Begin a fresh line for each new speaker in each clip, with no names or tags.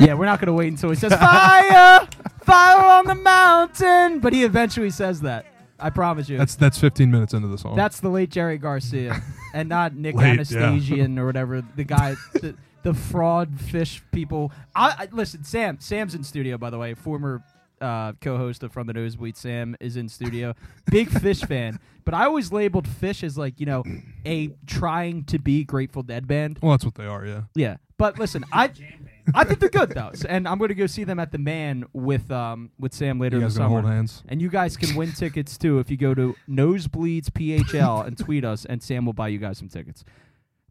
we're not going to wait until he says fire, fire on the mountain. But he eventually says that. I promise you.
That's that's 15 minutes into the song.
That's the late Jerry Garcia, and not Nick
Late, yeah.
Anastasian or whatever the guy, the, the fraud fish people. I, I listen, Sam. Sam's in studio, by the way. Former uh, co-host of From the Nosebleed, Sam is in studio. Big fish fan, but I always labeled fish as like you know a trying to be Grateful Dead band.
well, that's what they are. Yeah.
Yeah, but listen, I. I think they're good though, S- and I'm going to go see them at the Man with um with Sam later
You
in the
guys gonna
summer.
hold hands?
And you guys can win tickets too if you go to Nosebleeds PHL and tweet us, and Sam will buy you guys some tickets.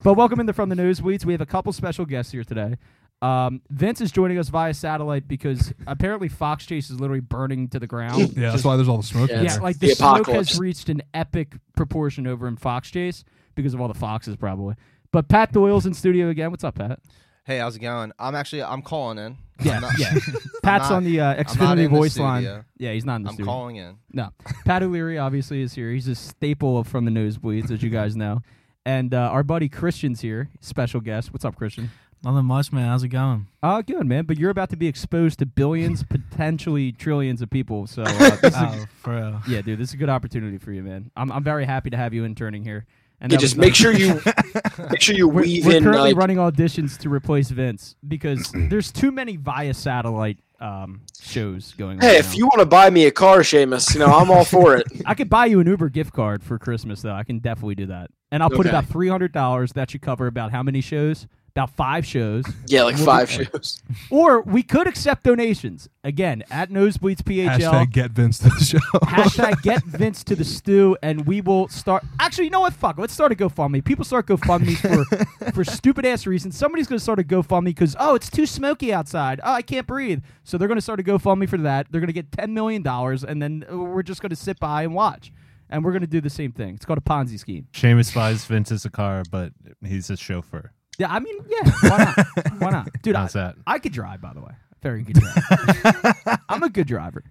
But welcome into From the Nosebleeds. We have a couple special guests here today. Um, Vince is joining us via satellite because apparently Fox Chase is literally burning to the ground.
Yeah. That's why there's all the smoke. in
yeah,
Yeah.
there.
like the,
The
smoke
apocalypse.
has reached an epic proportion over in Fox Chase because of all the foxes, probably. But Pat Doyle's in studio again. What's up, Pat?
Hey, how's it going? I'm actually I'm calling in.
Yeah,
I'm not,
yeah. Pat's
not-
on the uh,
not
Xfinity
in the
voice line.
studio.
Yeah, he's not in the
I'm
studio.
calling in.
No, Pat O'Leary obviously is here. He's a staple of from the nosebleeds, as you guys know. And uh, our buddy Christian's here, special guest. What's up, Christian?
Nothing much, man. How's it going?
Uh, good man. But you're about to be exposed to billions, potentially trillions of people. So, uh, this is,
Oh, for real.
yeah, dude, this is a good opportunity for you, man. I'm I'm very happy to have you interning here. And
Yeah,
that was
just make
nice.
sure you make sure you
We're,
weave
we're
in
currently
like
running auditions to replace Vince because there's too many via satellite um, shows going on.
Hey,
now.
if you want to buy me a car, Seamus, you know, I'm all for it.
I could buy you an Uber gift card for Christmas, though. I can definitely do that. And I'll put
Okay.
about three hundred dollars. That should cover about how many shows? About five shows.
Yeah, like
We'll
five
be-
shows.
Or we could accept donations. Again, at Nosebleeds
Hashtag
PHL.
get Vince to the show.
Hashtag get Vince to the stew, and we will start. Actually, you know what? Fuck. it. Let's start a GoFundMe. People start GoFundMe for for stupid ass reasons. Somebody's going to start a GoFundMe because oh, it's too smoky outside. Oh, I can't breathe. So they're going to start a GoFundMe for that. They're going to get ten million dollars, and then uh, we're just going to sit by and watch. And we're going to do the same thing. It's called a Ponzi scheme.
Seamus buys Vince as a car, but he's a chauffeur.
Yeah, I mean, yeah. Why not? Why not, dude?
How's
I,
that?
I could drive, by the way. Very good driver. I'm a good driver.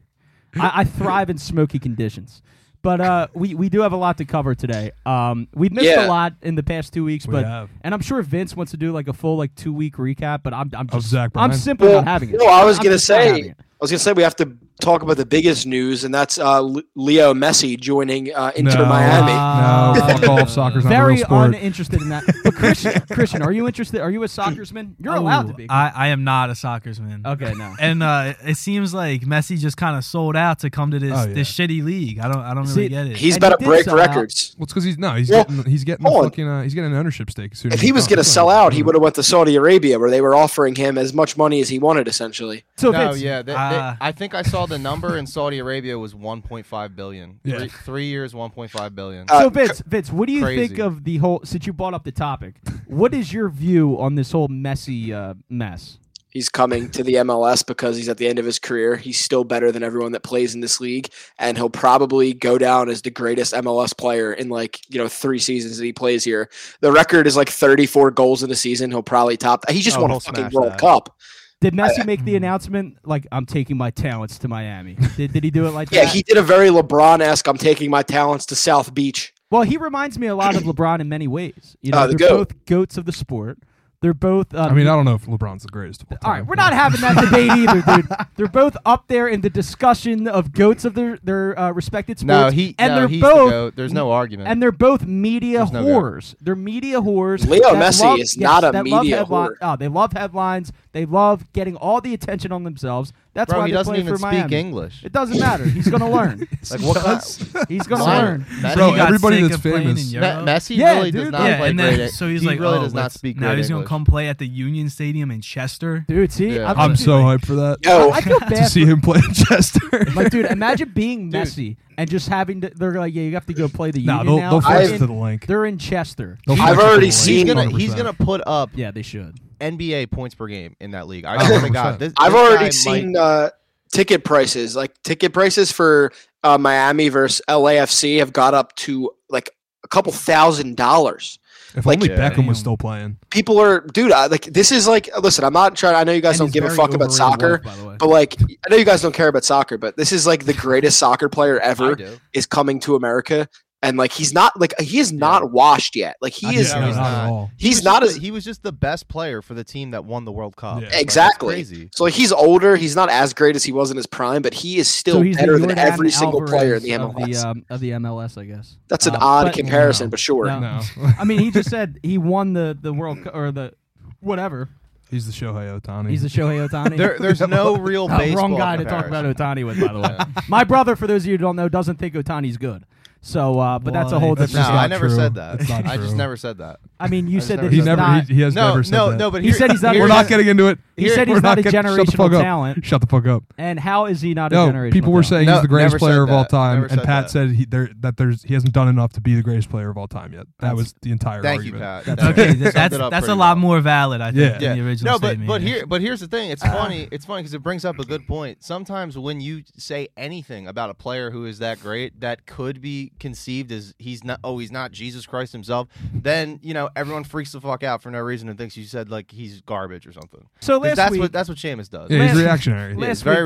I, I thrive in smoky conditions. But uh, we we do have a lot to cover today. Um, we've missed
Yeah.
a lot in the past two weeks,
We
but
have.
and I'm sure Vince wants to do like a full like two week recap. But I'm I'm
Of
just
Zach
I'm
Bryan.
simply
Well,
not having it.
well, I was
I'm
gonna
just not
say-
having it.
I was gonna say we have to talk about the biggest news, and that's uh, L- Leo Messi joining uh, Inter
No.
Miami.
Uh,
no, fuck off. Soccer's not a
very
real sport.
uninterested in that. But Christian, Christian, are you interested? Are you a soccersman? You're allowed to
Oh,
be.
I, I am not a soccer's man.
okay, no.
And uh, it seems like Messi just kind of sold out to come to this,
Oh, yeah.
this shitty league. I don't I don't
See,
really get it.
He's
And
about
he
to
did
break
sell out.
records.
Well, it's because he's no, he's
Well,
getting he's getting the
hold on.
fucking uh, he's getting an ownership stake. As soon
If
as
he
he's Um,
Oh,
done.
was going to
It's
sell
not-
out,
Mm-hmm.
he would have went to Saudi Arabia, where they were offering him as much money as he wanted, essentially.
So
no,
Vince,
yeah. they- they-
ah.
I think I saw the number in Saudi Arabia was 1.5 billion.
Yeah.
Three, three years, 1.5 billion.
Uh,
so Vince, Vince, what do you think
crazy.
of the whole? Since you brought up the topic, what is your view on this whole messy uh, mess?
He's coming to the MLS because he's at the end of his career. He's still better than everyone that plays in this league, and he'll probably go down as the greatest MLS player in like you know three seasons that he plays here. The record is like 34 goals in a season. He'll probably top. He just
Oh,
won a
he'll
fucking
smash
World
that.
Cup.
Did
Uh,
Messi make
mm.
the announcement like I'm taking my talents to Miami? Did, did he do it like
Yeah,
that?
he did a very LeBron-esque. I'm taking my talents to South Beach.
well, he reminds me a lot of LeBron in many ways. You know,
Uh,
Oh, the
they're
goat.
both goats of the sport. They're both. Um,
I mean, I don't know if LeBron's the greatest. Of all,
all
time.
right, we're not having that debate either, dude. They're both up there in the discussion of goats of their their uh, respected sports.
no, he
and
no,
they're
he's
both
the goat. There's no argument.
and they're both media
There's no doubt.
whores. They're media whores.
Leo
that
Messi is not a
that love
media
headli-
whore.
Oh, they love headlines. They love getting all the attention on themselves. That's
Bro,
why
he
they
doesn't
play
even
for
speak
Miami.
English.
It doesn't matter. He's gonna learn.
like what? kind-
He's gonna
Lionel-
learn.
Messi,
Bro,
He got
everybody
sick
that's
of playing
famous-
in
Me-
Europe.
Messi
Yeah,
really
dude.
does not
Yeah,
play
and
great.
then,
Eng-
so he's
he
like,
really
oh,
does not
let's-
speak
now
great
he's gonna
English.
come play at the Union Stadium in Chester.
Dude, see,
Yeah.
I'm,
I'm so hyped for that.
Yo,
I feel
to
bad.
see him play in Chester.
for- like, dude, imagine being Messi and just having to. They're like, yeah, you have to go play the
no,
Union
they'll,
now.
they'll
They're
force
I've-
it
in-
to the link.
They're in Chester.
They'll
I've
force it to
already
the link.
seen-
He's gonna, he's
100%.
gonna put up
Yeah, they should.
NBA points per game in that league. I
Oh,
swear to
100%.
God, this,
I've
this guy
already
might-
seen uh, ticket prices. Like ticket prices for uh, Miami versus LAFC have got up to like a couple thousand dollars.
If
like,
only
yeah.
Beckham was still playing.
People are, dude. I, like this is like. Listen, I'm not trying. I know you guys
And
don't
he's
give a
very
fuck about
overrated
soccer,
wolf, by the way.
but like, I know you guys don't care about soccer, but this is like the greatest soccer player
I
ever
do.
is coming to America, and like he's not like he is not washed yet. Like he is
No, he's
not at
not.
all.
He
He's
was
not
just
as-
the- he was just the best player for the team that won the World Cup.
Yeah.
Like, that's
Exactly.
crazy.
so like he's older. He's not as great as he was in his prime, but he is still
so he's the
better than
Jordan
every single
Alvarez
player in the
of
MLS.
the, um, of the MLS, I guess.
That's an
Um,
odd
but-
comparison,
no.
but sure.
No.
No,
I mean, he just said he won the the World Cup or the whatever.
he's the Shohei Otani.
He's the Shohei Otani.
There, there's no real
Uh,
baseball
wrong guy to talk about
comparison.
Otani with, by the way. My brother, for those of you who don't know, doesn't think Otani's good. So, uh, but that's a whole
What?
That's
different.
No,
just
I
not
never
true.
said that.
It's not
I just
true.
never said that.
I mean, you
I've
said
never
that
He
he's
never.
not.
he, he has
No,
never said
no,
that.
no. But
He
here-
said he's not-
here-
We're not getting into it.
He said
We're
he's not a
getting- shut the fuck
generational
up.
talent.
Shut the fuck up.
And how is he not? a
No,
generational
people were
talent?
saying
No,
he's the greatest
never said
player of all
that.
time,
Never
and
said
Pat
that.
said he, there, that there's he hasn't done enough to be the greatest player of all time yet. That
That's-
was the entire
Thank you,
argument.
Pat.
Okay,
summed it
that's that's,
up
that's a
pretty
lot
well.
more valid, I think,
Yeah.
than the original
No, but
statement,
but
yeah. Ah.
here but here's the thing. It's funny. It's funny because it brings up a good point. Sometimes when you say anything about a player who is that great, that could be conceived as he's not. Oh, he's not Jesus Christ himself. Then you know everyone freaks the fuck out for no reason and thinks you said like he's garbage or something. 'Cause
So last
that's
week,
what that's what Seamus does.
Yeah, he's
Last-
reactionary.
last-
it's very
week-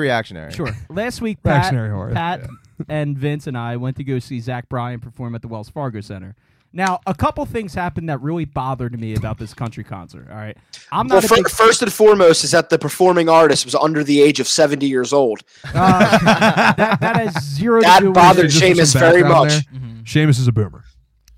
reactionary.
sure. Last week, Pat,
reactionary horror.
Pat and Vince and I went to go see Zach Bryan perform at the Wells Fargo Center. Now, a couple things happened that really bothered me about this country concert. All right, I'm
Well,
not
fir-
a big
first and foremost is that the performing artist was under the age of 70 years old.
Uh, that, that has zero
That
to do with
bothered
it.
Just for some
Seamus very
background
much.
there, Seamus is a boomer.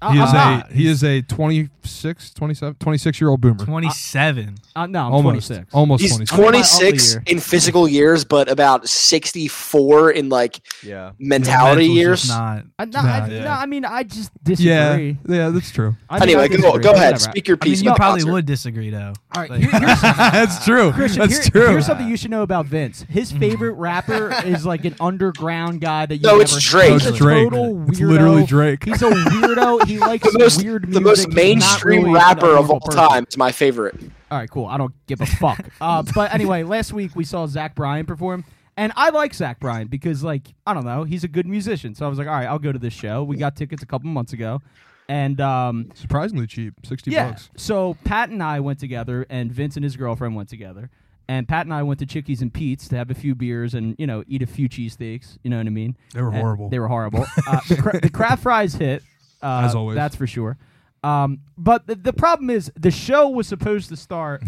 Mm-hmm. Uh,
He is
I'm not.
a he is a 26, 27, 26 year old boomer.
27.
Uh, no, I'm
almost
26.
almost
He's
26.
26
year.
in physical years, but about 64 in like
Yeah.
mentality
Mental's
years.
just Not.
Uh, no, I,
Nah,
no,
yeah.
I mean, I just
Yeah,
disagree.
yeah, that's true.
I mean, I
Anyway, go,
disagree.
go ahead.
Whatever.
Speak your
I
piece.
mean, you
about
probably
concert.
would disagree, though.
All right,
Like-
here- here's,
that's true.
Christian,
that's
here-
true. Mm.
here's something you should know about Vince. His favorite rapper is like an underground guy that you.
No, it's Drake.
No, it's
He's a
Drake.
total weirdo.
It's literally Drake.
He's a weirdo. He likes
The most,
weird music.
the most
He's not
mainstream
really
rapper
a
of
normal
all
person.
time is my favorite.
All right, cool. I don't give a fuck. uh, but anyway, last week we saw Zach Bryan perform, and I like Zach Bryan because, like, I don't know, he's a good musician. So I was like, all right, I'll go to this show. We got tickets a couple months ago, and um,
Surprisingly cheap, sixty
yeah.
bucks.
So Pat and I went together, and Vince and his girlfriend went together. And Pat and I went to Chickies and Pete's to have a few beers and you know eat a few cheesesteaks. You know what I mean?
They were
And
horrible.
They were horrible. uh, the, cra- the crab fries hit, uh,
As always.
That's for sure. Um, but the, the problem is the show was supposed to start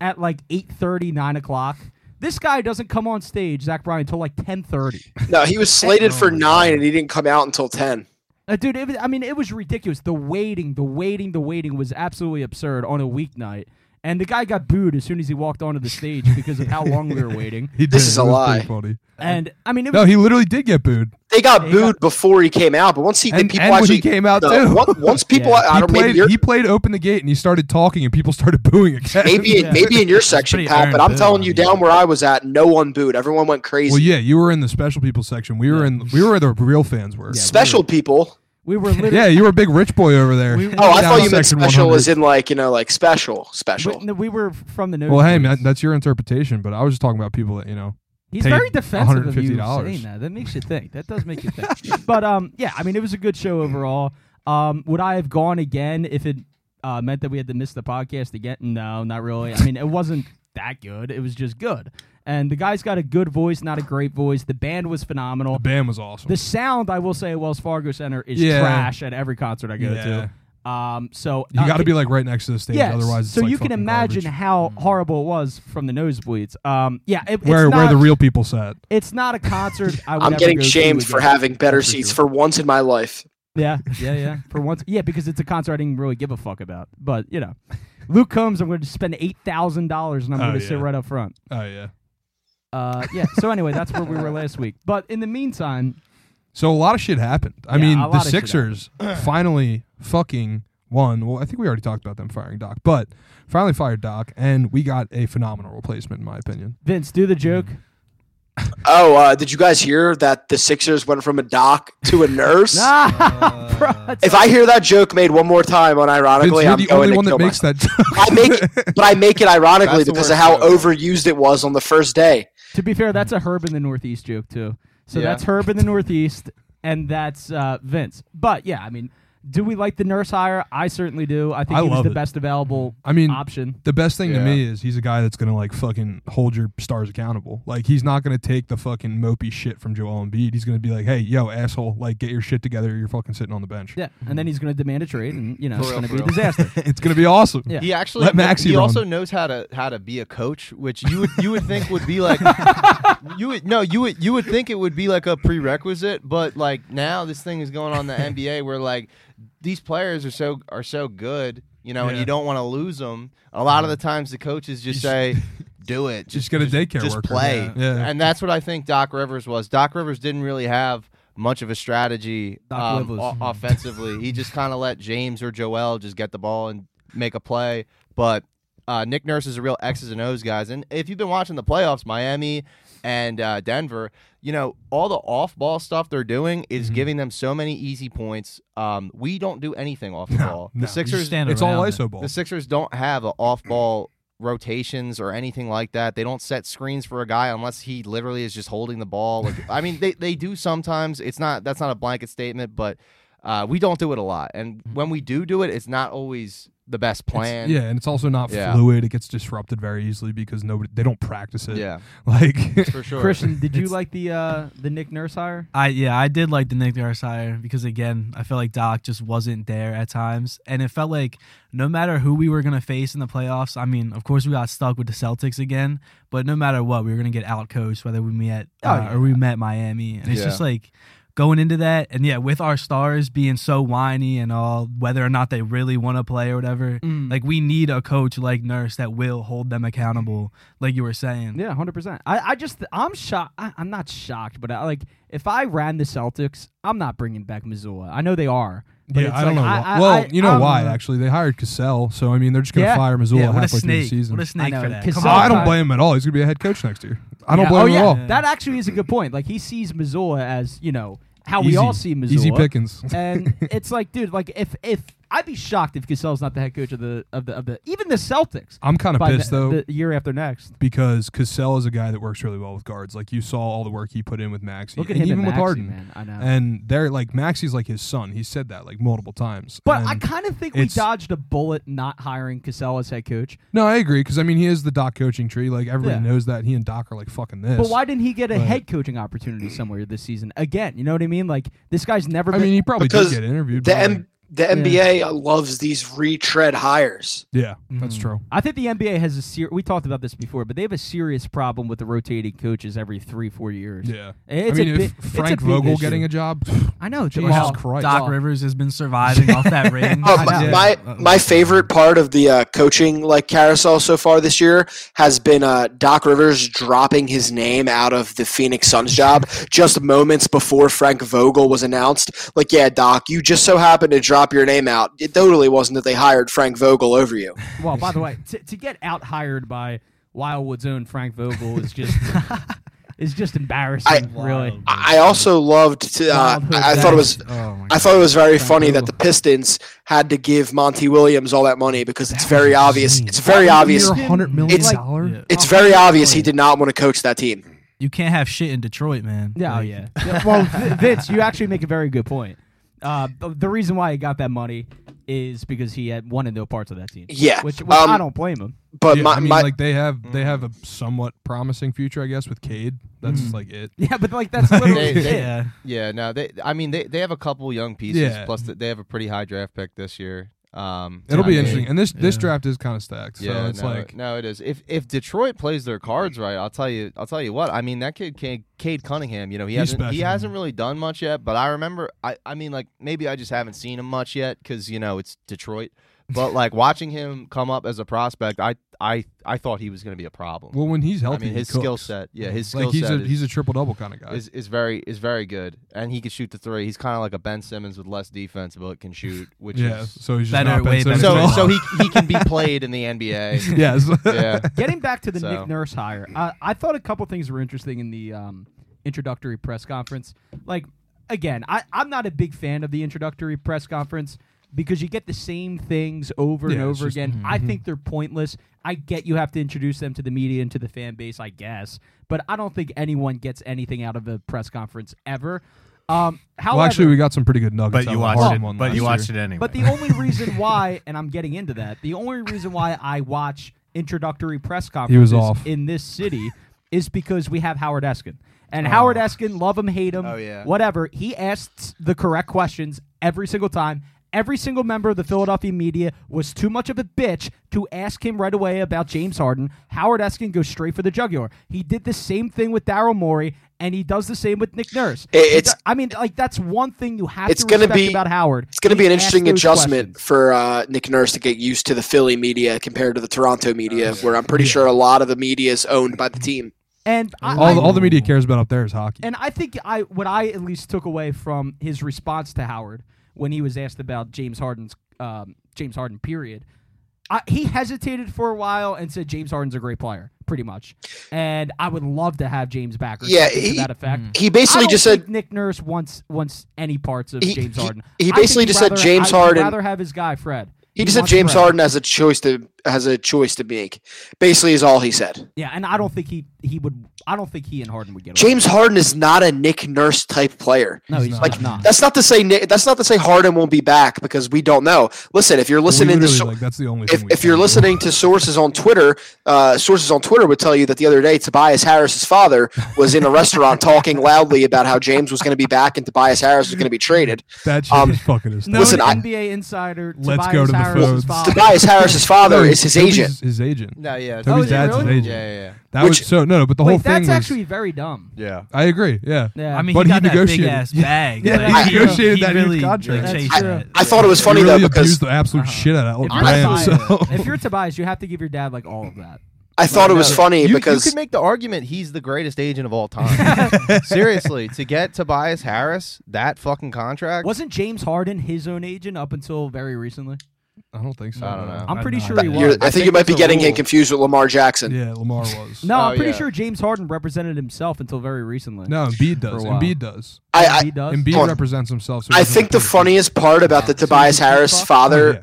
at like 8.30, 9 o'clock. This guy doesn't come on stage, Zach Bryan, until like ten thirty.
No, he was slated for nine and he didn't come out until 10.
Uh, dude, it was, I mean, it was ridiculous. The waiting, the waiting, the waiting was absolutely absurd on a weeknight. And the guy got booed as soon as he walked onto the stage because of how long we were waiting.
He did.
This is
It
a
was
lie.
pretty Funny.
And I mean, it was
No, he literally did get booed.
They got booed before he came out, but once he
And-
people
and when he
actually
came out,
No,
too.
Once, once people,
Yeah.
I
He
don't maybe
played.
you're-
He played. Open the gate, and he started talking, and people started booooing again.
maybe in, maybe in your section,
pretty
Pat, but
earned
I'm
boo,
telling
I
you,
mean.
down where I was at, no one booed. Everyone went crazy.
Well, yeah, you were in the special people section. We were in. We were where the real fans were.
Yeah.
special people.
we were literally.
Yeah, you were a big rich boy over there.
We-
Oh, I
Down
thought you meant
section
special
100.
as in like you know like special
we,
special.
no, we were from the nose.
Well, hey, man, that's your interpretation, but I was just talking about people that you know.
He's
paid
very defensive of you
$150.
saying that. That makes you think. That does make you think. but um, yeah, I mean, it was a good show overall. Um, would I have gone again if it uh, meant that we had to miss the podcast again? No, not really. I mean, it wasn't that good. It was just good. And the guy's got a good voice, not a great voice. The band was phenomenal.
The band was awesome.
The sound, I will say, at Wells Fargo Center is
Yeah.
trash at every concert I go to. Um, so
you
uh,
got to
it-
be like right next to the stage,
yes.
otherwise. It's
so
like
you can
fucking
imagine
garbage. Mm.
how horrible it was from the nosebleeds. Um, yeah, it,
where
it's
where
not,
the real people sat.
It's not a concert. I would
I'm
ever
getting
go to
shamed for
again.
having better
That's for
seats
sure.
for once in my life.
Yeah, yeah, yeah. For once, yeah, because it's a concert I didn't really give a fuck about. But you know, Luke Combs, I'm going to spend eight thousand dollars, and I'm
Oh,
going to sit
yeah.
right up front.
Oh yeah.
Uh, yeah. So anyway, that's where we were last week. But in the meantime,
So a lot of shit happened. I
Yeah,
mean,
a
the
lot of shit
Sixers finally fucking won. Well, I think we already talked about them firing Doc, but finally fired Doc, and we got a phenomenal replacement, in my opinion.
Vince, do the joke.
Mm.
Oh, uh, did you guys hear that the Sixers went from a doc to a nurse?
Ah, bro, that's-
If I hear that joke made one more time,
Vince,
unironically,
you're
I'm
the only
going to
one
kill
that makes
myself.
that joke.
I make, but I make it ironically
That's the
because of
worst
how
joke.
overused it was on the first day.
to be fair, that's a Herb in the Northeast joke too. So
Yeah.
that's Herb in the Northeast, and that's uh, Vince. But yeah, I mean, Do we like the nurse hire? I certainly do. I think
I
he was
love
the
it.
best available
I mean,
option.
the best thing to
Yeah.
me is he's a guy that's gonna like fucking hold your stars accountable. Like he's not gonna take the fucking mopey shit from Joel Embiid. He's gonna be like, hey, yo, asshole, like get your shit together. You're fucking sitting on the bench.
Yeah, and then he's going to demand a trade, and you know
For
it's
real,
going to
for
be a
real.
disaster.
it's gonna be awesome.
Yeah.
He actually
Let Maxi
he
run.
also knows how to how to be a coach, which you would you would think would be like you would no you would you would think it would be like a prerequisite, but like now this thing is going on in the NBA where like these players are so are so good, you know, and
Yeah.
you don't want to lose them. A lot of the times the coaches just say, "Do it,
Just get a daycare
just
worker.
play,"
Yeah. Yeah.
and that's what I think Doc Rivers was. Doc Rivers didn't really have. Much of a strategy
Doc
um,
Rivers.
Mm-hmm.
o- offensively. He just kind of let James or Joel just get the ball and make a play. But uh, Nick Nurse is a real X's and O's guys. And if you've been watching the playoffs, Miami and uh, Denver, you know all the off-ball stuff they're doing is
Mm-hmm.
giving them so many easy points. Um, we don't do anything off the ball.
no.
The Sixers,
stand
It's all
around it.
ISO ball.
the Sixers don't have a off-ball rotations or anything like that. They don't set screens for a guy unless he literally is just holding the ball. Like, I mean, they, they do sometimes. It's not that's not a blanket statement, but uh, we don't do it a lot. And when we do do it, it's not always the best plan.
Yeah, and Mm-hmm. it's also not
Yeah.
fluid. It gets disrupted very easily because nobody they don't practice it.
yeah,
Like
for sure.
Christian, did you
It's-
like the uh, the Nick Nurse hire?
I yeah, I did like the Nick Nurse hire because again, I felt like Doc just wasn't there at times, and it felt like no matter who we were gonna face in the playoffs. I mean, of course, we got stuck with the Celtics again, but no matter what, we were gonna get outcoached, whether we met uh,
Oh, yeah.
or we met Miami, and it's
Yeah.
just like going into that, and yeah, with our stars being so whiny and all, whether or not they really want to play or whatever.
Mm.
Like we need a coach like Nurse that will hold them accountable, like you were saying.
Yeah, hundred percent. I, I just I'm shocked. I, I'm not shocked, but I, like if I ran the Celtics, I'm not bringing back Missoula. I know they are. But
yeah,
it's
I don't
like,
know.
I-
why.
I-
well,
I-
you know
I'm-
why actually they hired Cassell, so I mean they're just gonna
Yeah.
fire Missoula
Yeah, what a
halfway through the
snake!
season.
What a snake
know,
for that!
because
Come
Oh, I
on.
don't
Sometimes-
blame him at all. He's gonna be a head coach next year. I don't
Yeah.
blame
oh,
him
yeah.
at all.
That actually is a good point. Like he sees Missoula as you know how we
Easy.
all see Missoula.
Easy pickings.
and it's like, dude, like if if I'd be shocked if Cassell's not the head coach of the of the of the even the Celtics.
I'm kind of
by
pissed
the,
though E
the year after next.
because Cassell is a guy that works really well with guards. Like you saw all the work he put in with Maxi,
Look at
and
him
even
and
with
Maxey,
Harden.
man. I know.
And they're like Maxi's like his son. He said that like multiple times.
but I
And-
kind of think we
it's-
dodged a bullet not hiring Cassell as head coach.
No, I agree because I mean he is the Doc coaching tree. Like everybody
Yeah.
knows that he and Doc are like fucking this.
But why didn't he get a
Right.
head coaching opportunity somewhere this season? Again, you know what I mean? Like this guy's never
I
been
mean, he probably
Because
did get interviewed.
The
but,
M-
like,
the NBA loves these retread hires.
yeah, that's
Mhm.
Mm.
true.
I think the NBA has a ser- we talked about this before, but they have a serious problem with the rotating coaches every 3 4 years.
Yeah,
It's
I mean,
a bi-
if
it's a
Frank
big
Vogel
issue.
getting a job,
I know,
Jesus
Jesus
Christ.
Doc Rivers has been surviving off that ring.
Oh,
I
my,
know.
my my favorite part of the uh, coaching like carousel so far this year has been uh, Doc Rivers dropping his name out of the Phoenix Suns job just moments before Frank Vogel was announced. Like, yeah, Doc, you just so happened to drop your name out. It totally wasn't that they hired Frank Vogel over you.
Well, by the way, to, to get out hired by Wildwood's own Frank Vogel is just is just embarrassing, really.
I I also loved. To, uh,
Wild
I I thought it was.
Oh my
I thought it was very funny that the Pistons had to give Monty Williams all that money because it's very obvious. It's very obvious.
Hundred million
It's-
dollar.
Yeah.
It's very obvious he did not want to coach that team.
You can't have shit in Detroit, man.
Yeah, oh,
Like,
yeah. Yeah, well, Vin- Vince, you actually make a very good point. Uh, th- the reason why he got that money is because he had wanted no parts of that team.
Yeah,
which, which I
um,
don't blame him.
But
Yeah,
my,
I mean,
my
like they have
Mm.
they have a somewhat promising future, I guess, with Cade. That's
Mm.
like it.
Yeah, but like that's literally
They- they-
it.
Yeah.
Yeah, no, they. I mean, they, they have a couple young pieces.
Yeah.
Plus, th- they have a pretty high draft pick this year. Um,
It'll
I
be
mean,
interesting. And this this
Yeah.
draft is kind of stacked. so it's
no,
like
no, it is. If if Detroit plays their cards right, I'll tell you. I'll tell you what. I mean, that kid, Cade, Cade Cunningham. You know, he
He's
hasn't he
special.
hasn't really done much yet. But I remember. I I mean, like maybe I just haven't seen him much yet because you know it's Detroit. But like watching him come up as a prospect, I I I thought he was going to be a problem.
well, when he's
I
healthy,
mean,
he
his skill
cooks.
set. Yeah, his skill
Like he's
set.
a
is,
he's a triple double kind of guy.
is, is very is very good, and he can shoot the three. He's kind of like a Ben Simmons with less defense, but can shoot, which
yeah,
is
so he's just
Better,
not
way
Ben
better.
Simmons
so
at all.
so he he can be played in the NBA.
yes,
Yeah,
Getting back to the
So.
Nick Nurse hire, I, I thought a couple things were interesting in the um, introductory press conference. Like, again, I, I'm not a big fan of the introductory press conference because you get the same things over and
Yeah, it's
over
just- mm-hmm,
again. I think they're pointless. I get you have to introduce them to the media and to the fan base, I guess, but I don't think anyone gets anything out of a press conference ever. Um, however,
well, actually, we got some pretty good nuggets.
But
out
you
of
watched
Harden
it.
one
But
last
you
year.
watched it anyway.
But the only reason why, and I'm getting into that, the only reason why I watch introductory press conferences
off.
in this city is because we have Howard Eskin. And Howard Eskin, love him, hate him,
Oh, yeah.
whatever, he asks the correct questions every single time. Every single member of the Philadelphia media was too much of a bitch to ask him right away about James Harden. Howard Eskin goes straight for the jugular. He did the same thing with Daryl Morey, and he does the same with Nick Nurse.
It-
He
it's-
do- I mean, like that's one thing you have
It's
to
gonna
respect
be-
about Howard.
It's going to be
He
an
asks
interesting
those
adjustment
questions.
for uh, Nick Nurse to get used to the Philly media compared to the
Oh,
Toronto media, where I'm pretty sure a lot of the media is owned by the team.
And I,
All,
I-
all the media cares about up there is hockey.
and I think I what I at least took away from his response to Howard when he was asked about James Harden's um, James Harden period. I, he hesitated for a while and said James Harden's a great player, pretty much. And I would love to have James back or
Yeah,
something to
he-
that
Mm-hmm.
effect.
He basically
I don't
just
think
said
Nick Nurse wants wants any parts of
He-
James
he-
Harden.
he
I think
basically
he'd
just said
rather-
James
I'd
Harden-
rather have his guy Fred.
he just said
wants
James
Fred.
Harden has a choice to has a choice to make. Basically, is all he said.
Yeah, and I don't think he he would. I don't think he and Harden would get along.
James Harden is not a Nick Nurse type player.
No, he's,
Like
not.
that's not to say Nick, that's not to say Harden won't be back because we don't know. Listen, if you're
Well, we
listening to
literally,
so-
like, that's the only
if,
thing we
if you're
can do.
listening to sources on Twitter, uh, sources on Twitter would tell you that the other day Tobias Harris's father was in a restaurant talking loudly about how James was going to be back and Tobias Harris was going to be traded.
that shit
um,
is fucking hysterical.
Known
Listen, I-
NBA insider.
Let's
Tobias
go to the
Harris's
phones.
father.
Tobias Harris's father
No,
is his
Toby's
agent.
His agent.
No, yeah, it's-
Oh,
Toby's
is it
dad's
really?
his
yeah,
agent.
yeah,
That
Which-
was so no, no. But the whole
Wait,
thing
that's
was.
actually very dumb.
yeah. yeah.
I agree. Yeah.
Yeah.
I mean,
But
he
he
got that big
negotiated.
ass bag.
Yeah,
like,
he
he
negotiated that huge
really
contract.
That's
Like, chased
true.
that.
I thought it was
He
funny
really
though because
abused the
Uh-huh.
absolute shit out of
If
that
you're,
Brandon.
Tobias, uh,
So
if you're Tobias, you have to give your dad like all of that.
I thought it
No,
was funny
you- you
because
could make the argument he's the greatest agent of all time. Seriously, to get Tobias Harris that fucking contract,
Wasn't James Harden his own agent up until very recently?
I don't think so.
I don't know.
I'm
I
pretty
know.
sure he
I-
was.
you're, I,
I
think
think
you might
it's
be
a
getting him
rule.
confused with Lamar Jackson.
Yeah, Lamar was.
No, I'm
Oh,
pretty
yeah.
sure James Harden represented himself until very recently.
No, Embiid
For
does.
a while.
Embiid does.
I, I,
he does.
Embiid
Hold on.
represents himself. So he
I
doesn't
think the
have to pay
funniest part about the
So he's
Tobias
a cheap
Harris
fuck?
the-
father
Yeah.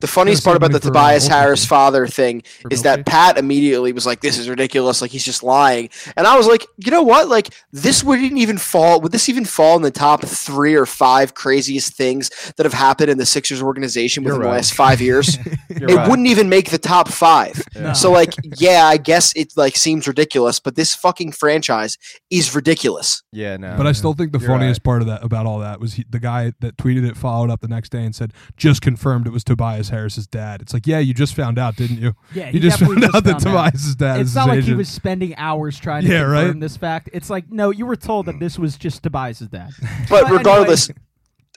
The funniest
Yeah,
part about the
somebody for, uh,
Tobias
Oklahoma.
Harris father thing
For
is
Milwaukee.
that Pat immediately was like, "This is ridiculous! Like he's just lying." And I was like, "You know what? Like this wouldn't even fall. Would this even fall in the top three or five craziest things that have happened in the Sixers organization within
You're
the
right.
last five years?
You're
it
right.
wouldn't even make the top five.
No.
So like, yeah, I guess it like seems ridiculous, but this fucking franchise is ridiculous.
Yeah, no.
But I still think the
You're
funniest part of that about all that was he, the guy that tweeted it followed up the next day and said, "Just confirmed it was Tobias Harris's dad." It's like, yeah, you just found out, didn't you?
Yeah, he
you just
definitely
found
just
out that
found out.
Tobias's dad
It's
is
not
his
like he
agent.
was spending hours trying to
Yeah,
confirm
right?
this fact. It's like, no, you were told that this was just Tobias's dad.
But,
anyway,
regardless,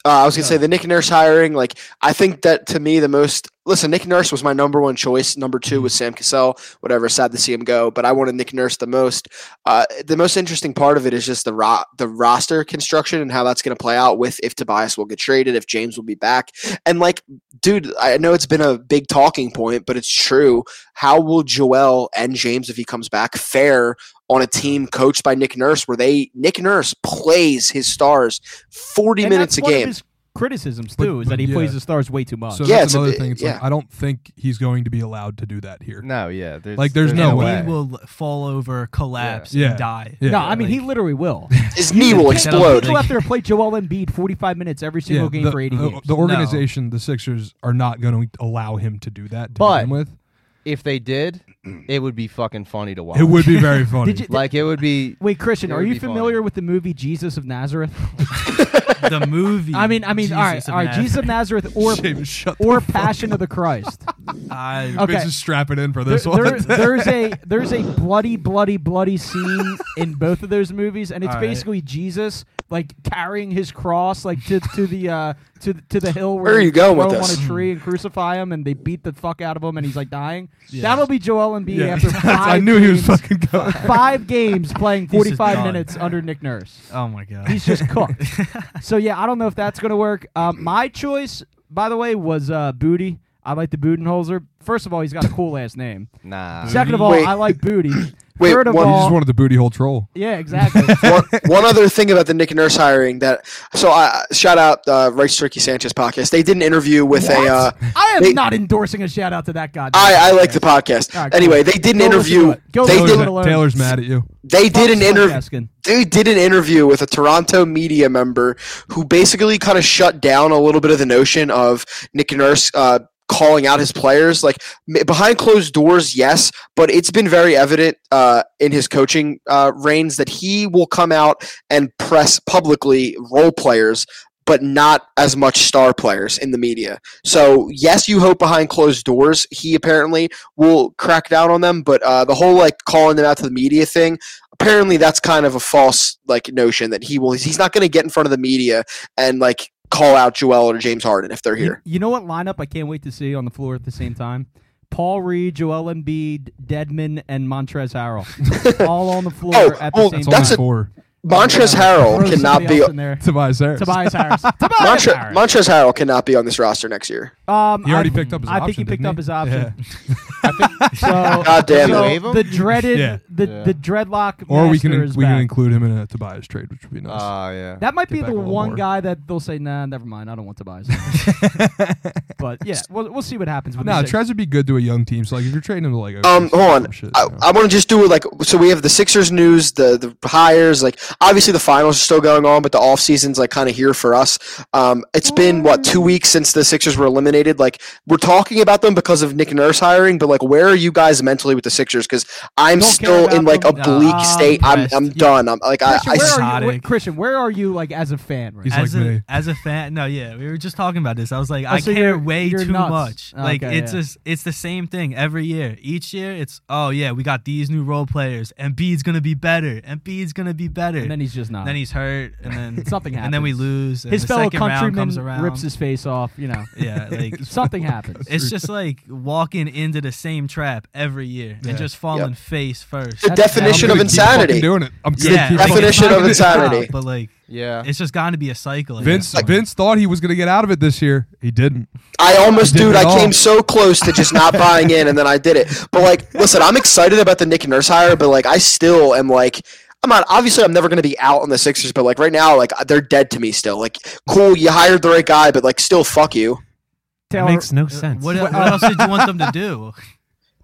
uh, I was gonna say the Nick Nurse hiring. Like, I think that to me the most. Listen, Nick Nurse was my number one choice. Number two was Sam Cassell. Whatever, sad to see him go, but I wanted Nick Nurse the most. Uh, the most interesting part of it is just the ro- the roster construction and how that's gonna play out with if Tobias will get traded, if James will be back, and like, dude, I know it's been a big talking point, but it's true. How will Joel and James, if he comes back, fare? On a team coached by Nick Nurse, where they Nick Nurse plays his stars forty
and
minutes
that's
a
one of
game.
his criticisms
But-
too is
but
that he
yeah.
plays the stars way too much.
so
Yeah,
that's
it's a
another
bit-
thing. It's
yeah.
like I don't think he's going to be allowed to do that here.
No, yeah. There's,
Like, there's no
no
way.
way.
Embiid will fall over, collapse,
Yeah.
and die.
Yeah.
no, I mean he
Like,
literally will.
His knee will
can't- that'll
explode.
be
He'll go out there and play Joel Embiid 45 minutes every single game
the,
for 80
the,
games.
the organization, the Sixers, are not going to allow him to do that. To
But-
begin with,
If they did, it would be fucking funny to watch.
Mm. it would be very funny.
Did you,
Like it would be.
Wait, Christian,
It
are
would
you
be
familiar
funny.
with the movie Jesus of Nazareth?
the movie.
I mean, I mean, all right,
Jesus of
all right, Jesus of
Nazareth.
Nazareth or
James, shut
or
the fuck
Passion of the Christ.
I-
Okay.
Bitch is strapping in for
There-
this
there-
one.
there's a there's a bloody, bloody, bloody scene in both of those movies, and it's
All right.
basically Jesus like carrying his cross like to to the uh, to the- to the hill where,
Where are you
they
going
throw
with
him
this?
on a tree and crucify him, and they beat the fuck out of him, and he's like dying. That'll be Joel Embiid
yeah,
after five.
I knew he was
games-
fucking going.
Five games playing
just
45
done.
minutes under Nick Nurse.
Oh my god.
He's just cooked. so yeah, I don't know if that's gonna work. Um, my choice, by the way, was uh, Booty. I like the Budenholzer. First of all, he's got a cool ass name.
Nah.
Second of all,
Uh, Wait.
I like Booty.
Wait,
Third of
one-
You
all,
just wanted the booty hole troll.
yeah, exactly.
one, one other thing about the Nick Nurse hiring that so I shout out uh, Rice Turkey Sanchez podcast. They did an interview with a. Uh,
I am
they-
not endorsing a shout out to that guy.
I, I like the podcast.
All right, cool.
anyway, they did an
Go listen to
interview.
it. Go
They
listen
Taylor's,
to
did.
it. alone.
Taylor's mad at you.
They did an interview.
interview.
they did an interview with a Toronto media member who basically kind of shut down a little bit of the notion of Nick Nurse uh, calling out his players. Like m- behind closed doors, yes, but it's been very evident uh, in his coaching uh, reigns that he will come out and press publicly role players. But not as much star players in the media. So yes, you hope behind closed doors he apparently will crack down on them. But uh, the whole like calling them out to the media thing, apparently that's kind of a false like notion that he will he's not going to get in front of the media and like call out Joel or James Harden if they're
You-
here.
You, know what lineup I can't wait to see on the floor at the same time? Paul Reed, Joel Embiid, Deadman, and Montrez Harrell. all on the floor
Oh,
at the
well,
same
It's
That's
time.
only
a-
four.
Montrezl
Throw
Harrell
somebody
cannot be
else in there.
Tobias Harris.
Tobias Harris. Tobias
Montre-
Harris.
Montrezl Harrell cannot be on this roster next year.
Um,
He already
I,
picked up his
I
option.
think he picked
didn't
up his option.
Yeah.
So,
God damn
so
it. Wave him?
the dreaded,
Yeah.
the,
Yeah.
the dreadlock.
Or we can
master is
we
back.
can include him in a Tobias trade, which would be nice.
Uh,
Ah, yeah.
That might
Get
be
back
the
a little
one
more.
guy that they'll say, "Nah, never mind. I don't want Tobias." but yeah, we'll, we'll see what happens. With
no,
the Sixers.
tries to be good to a young team. So like, if you're trading him to like, OKC
Um, hold
or
on.
Oh,
some shit,
I,
you know.
I want to just do like so. We have the Sixers news, the the hires. Like obviously the finals are still going on, but the off season's like kind of here for us. Um, it's been what two weeks since the Sixers were eliminated. Like we're talking about them because of Nick Nurse hiring, but like where are you guys mentally with the Sixers? Because I'm
Don't care
still
about
in like
them.
a bleak
Nah,
state. I'm
depressed.
I'm
Yeah.
done. I'm like I,
Christian,
I
where
s-
are you,
Exotic.
wh- Christian, where are you like as a fan right
He's
now?
as
like
a,
me.
as a fan, no, yeah, we were just talking about this. I was like,
Oh,
I
so
care
you're-
way
you're
too
nuts.
much.
Oh,
like
okay,
it's
yeah.
just it's the same thing every year. Each year, it's oh yeah, we got these new role players, and Bede's gonna be better, and Bede's gonna be better.
And then he's just not.
Then he's hurt, and then
Uh-huh. Something
and then we
happens.
lose. And
his
the
fellow
second round comes
countryman
around.
rips his face off. You know,
yeah, like
something happens.
it's just like walking into the same trap every year
Yeah.
and just falling face first.
the
That's-
definition
I'm
of
gonna keep fucking
insanity.
Doing it. I'm gonna
yeah,
keep
like,
fucking
Definition
it's not
of
gonna stop,
insanity.
But like,
Yeah.
it's just got to be a cycle. at
Vince
that point.
Vince thought he was gonna get out of it this year. He didn't.
I almost,
Did
dude,
it
I
all.
came so close to just not buying in, and then I did it. But like, listen, I'm excited about the Nick Nurse hire, but like, I still am like, I'm not. Obviously, I'm never going to be out on the Sixers, but like right now, like they're dead to me still. Like, cool, you hired the right guy, but like, still, fuck you.
Taylor,
makes no sense.
What, what else did you want them to do?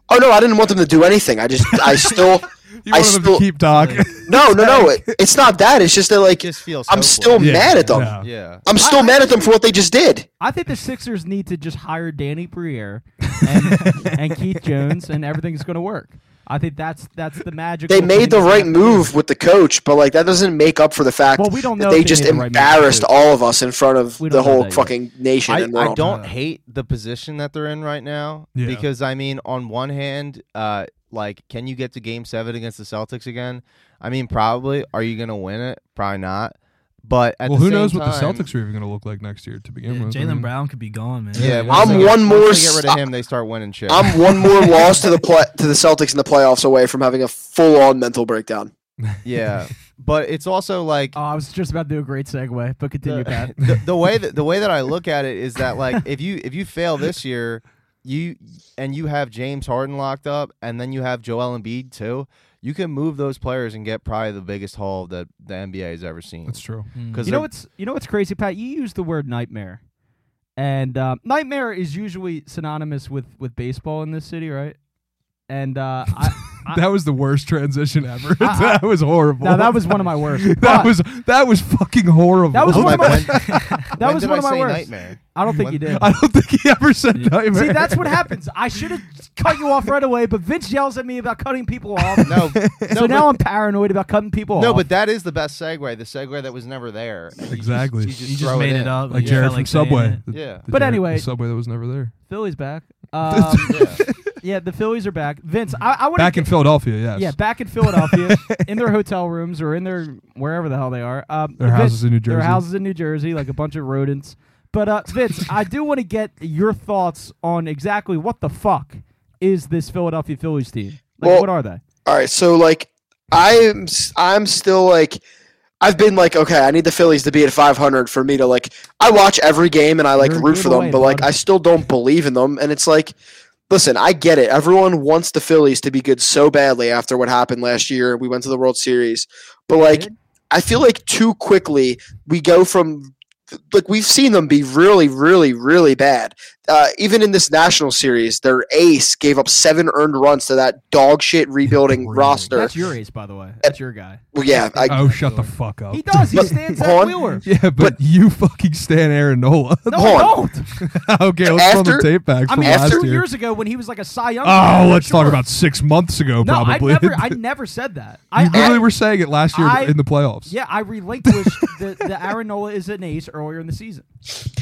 Oh no, I didn't want them to do anything. I just, I still,
You
I
wanted him to
still-
keep Doc.
no, no, no. It, it's not that. It's just that like,
just feels.
I'm
hopeless.
still
Yeah,
mad at them.
yeah.
Yeah.
I'm still
I-
mad at them for what they just did.
I think the Sixers need to just hire Danny Briere and, and Keith Jones, and everything's going to work. I think that's that's the magic.
They made the right move with the coach, but like that doesn't make up for the fact
Well, we don't
that
know
they,
if they
just
made the right move,
embarrassed
too.
all of us in front of
We
the
don't know
whole
that yet.
fucking nation
I,
and world.
I don't hate the position that they're in right now
Yeah.
because I mean, on one hand, uh, like, can you get to Game Seven against the Celtics again? I mean, probably. Are you gonna win it? Probably not. But at
Well,
the
who
same
knows what the
time-
Celtics are even gonna look like next year to begin with. I
Jalen
mean,
Brown could be gone, man.
Yeah,
I'm
once they get-
one
once
more
They get rid
s-
of him. They start winning shit.
I'm one more loss to the play, to the Celtics in the playoffs away from having a full on mental breakdown.
yeah, but it's also like
Oh, I was just about to do a great segue, but continue, Pat.
the, the, the way that the way that I look at it is that like if you if you fail this year, you and you have James Harden locked up, and then you have Joel Embiid too. You can move those players and get probably the biggest haul that the NBA has ever seen.
That's true.
Because
You know what's you know what's crazy, Pat? You used the word nightmare, and uh, nightmare is usually synonymous with with baseball in this city, right? And uh, I, I,
That was the worst transition ever.
I- I-
that was horrible.
now that was one of my worst.
that
But
was that was fucking horrible.
That was
Oh
one of
my-
my
when-
that was
did
one
I
of my
say
worst.
nightmare?
I don't think
When-
you did.
I don't think he ever said
Yeah.
nightmare.
See, that's what happens. I should have cut you off right away, but Vince yells at me about cutting people off.
No, no,
so
but-
now I'm paranoid about cutting people
no,
off.
but that is the best segue. The segue that was never there. And you just-
Exactly.
You just,
You
throw
just made it,
in.
up.
like
you
Jared
felt
from
like saying
Subway.
it.
The-
Yeah.
the
But
Jared-
anyway-
the Subway that was never there.
Philly's back. Um,
Yeah.
yeah, the Phillies are back. Vince, I, I want
Back in Philadelphia, yes.
yeah, back in Philadelphia, in their hotel rooms or in their wherever the hell they are. Um,
Their
Vince-
houses in New
Their
Jersey.
houses in New Jersey, like a bunch of rodents. But uh, Vince, I do want to get your thoughts on exactly what the fuck is this Philadelphia Phillies team? Like,
Well-
what are they?
All right, so like I'm s- I'm still like I've been like, okay, I need the Phillies to be at 500 for me to like. I watch every game and I like
You're a
root
good
for them,
way,
but like
bud.
I still don't believe in them. And it's like, listen, I get it. Everyone wants the Phillies to be good so badly after what happened last year. We went to the World Series, but like,
did.
I feel like too quickly we go from like we've seen them be really, really, really bad. Uh, even in this National Series, their ace gave up seven earned runs to that dog shit rebuilding
Really?
roster.
That's your ace, by the way. That's your guy.
Well, yeah, I,
oh, shut the fuck up.
He does. He stands
Hold
at
on.
Wheeler.
Yeah, but,
But-
you fucking Stan Aaron Nola.
No,
Hold
I
on.
don't.
okay, let's run
After-
the tape back
I
from
mean,
last
two
year.
years ago when he was like a Cy Young.
oh,
contender,
let's talk
sure.
about six months ago,
No, I
probably.
never, I never said that. I,
you literally
I-
were saying it last year
I-
in the playoffs.
yeah, I relinquished the, the Aaron Nola is an ace earlier in the season.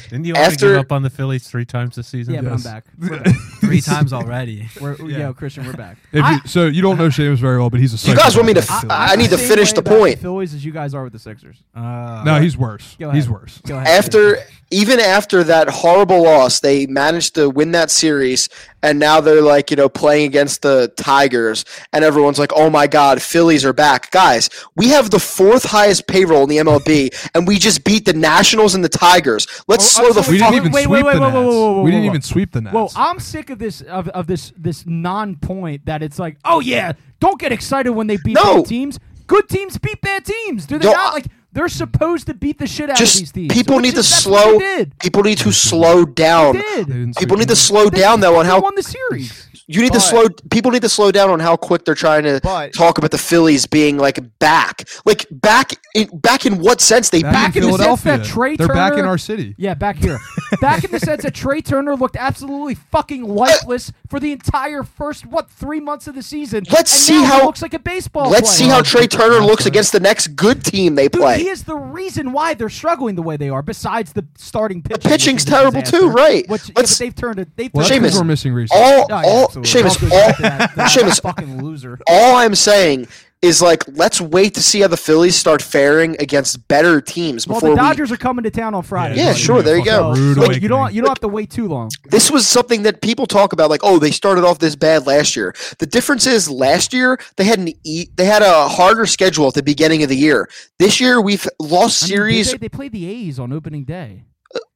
Didn't you also
After-
give up on the Phillies three times this season?
Yeah, but I'm back. We're back.
three times already.
We're, yeah.
Yeah.
Christian, we're back.
If
I-
you, so you don't know Seamus very well, but he's a.
You guys want me to
psychopath.
I- I
I'm
need
the
to
same
finish
way
the
about
point.
The Phillies as you guys are with the Sixers.
Uh,
no, he's worse.
Go
He's
ahead.
worse.
Go ahead.
after even after that horrible loss, they managed to win that series, and now they're like you know playing against the Tigers, and everyone's like, "Oh my God, Phillies are back, guys! We have the fourth highest payroll in the MLB, and we just beat the Nationals and the Tigers. Let's
Oh, I'm
slow the
sorry,
We
fuck."
didn't even
Wait,
sweep
wait, wait,
the
whoa, whoa,
Nats.
whoa, whoa,
we didn't
whoa.
even sweep the Nats.
Well, I'm sick of this of, of this this non-point that it's like, oh yeah, don't get excited when they beat
No.
bad teams. Good teams beat bad teams. Do they
No,
not
I-
like they're supposed to beat the shit out of these
Just
teams?
people
which
need to
is- that's what they
slow.
Did.
People need to slow
They
down.
did.
They didn't
People
sweep
need
the
to slow
They-
down though on
they
how
won the series.
You need to
But-
slow. People need to slow down on how quick they're trying to
But-
talk about the Phillies being like back, like back in back in what sense? They back,
back in
in
the sense
Philadelphia.
that Trey
They're back in
Turner-
our city.
Yeah, back here. back in the sense that Trey Turner looked absolutely fucking lifeless for the entire first what three months of the season.
Let's
and
see
now he
how-
looks like a baseball.
Let's
player.
see how Trey Turner looks against the next good team they
Dude,
play.
he is the reason why they're struggling the way they are. Besides the starting pitching, which
pitching's
is a
terrible
disaster.
too, right.
Which yeah, but
Let's-
they've turned it. They've
Well, that's
turned it-
'cause
Seamus,
we're missing resources.
all
Oh, yeah,
all
absolutely.
Seamus,
Don't go
all
back to that- that
Seamus,
fucking loser.
all I'm saying is like let's wait to see how the Phillies start faring against better teams
Well,
before
the
we.
Dodgers are coming to town on Friday.
Yeah,
buddy.
sure, there you go.
Rude
So, you
awakening.
don't you don't have to wait too long.
This was something that people talk about, like, oh, they started off this bad last year. The difference is last year they had an e- they had a harder schedule at the beginning of the year. This year we've lost
I mean,
series.
they, they played the A's on opening day.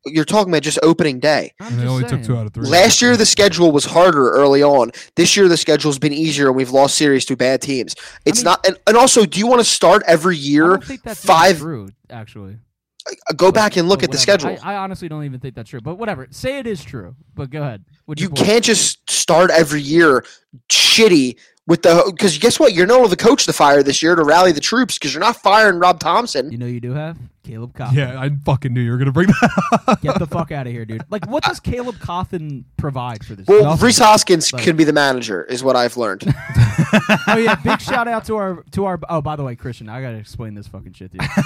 You're talking about just opening day.
I'm
and they
just
only
saying.
took two out of three.
Last year the schedule was harder early on. This year the schedule's been easier, and we've lost series to bad teams. It's
mean-
not, and, and also, do you want to start every
I
year?
don't think that's even
Five.
True, actually.
Go back and look at the schedule.
I, I honestly don't even think that's true, but whatever. Say it is true, but go ahead. What's
you
your point?
can't just start every year shitty with the because guess what you're not the coach to fire this year to rally the troops because you're not firing rob thompson
You know you do have Caleb Coffin.
Yeah, I fucking knew you were gonna bring that. up.
Get the fuck out of here, dude. Like, what does Caleb Coffin provide for this?
well
Nothing.
reese hoskins
But-
can be the manager is what i've learned
oh yeah, big shout out to our to our. Oh, by the way, Christian, I gotta explain this fucking shit to you.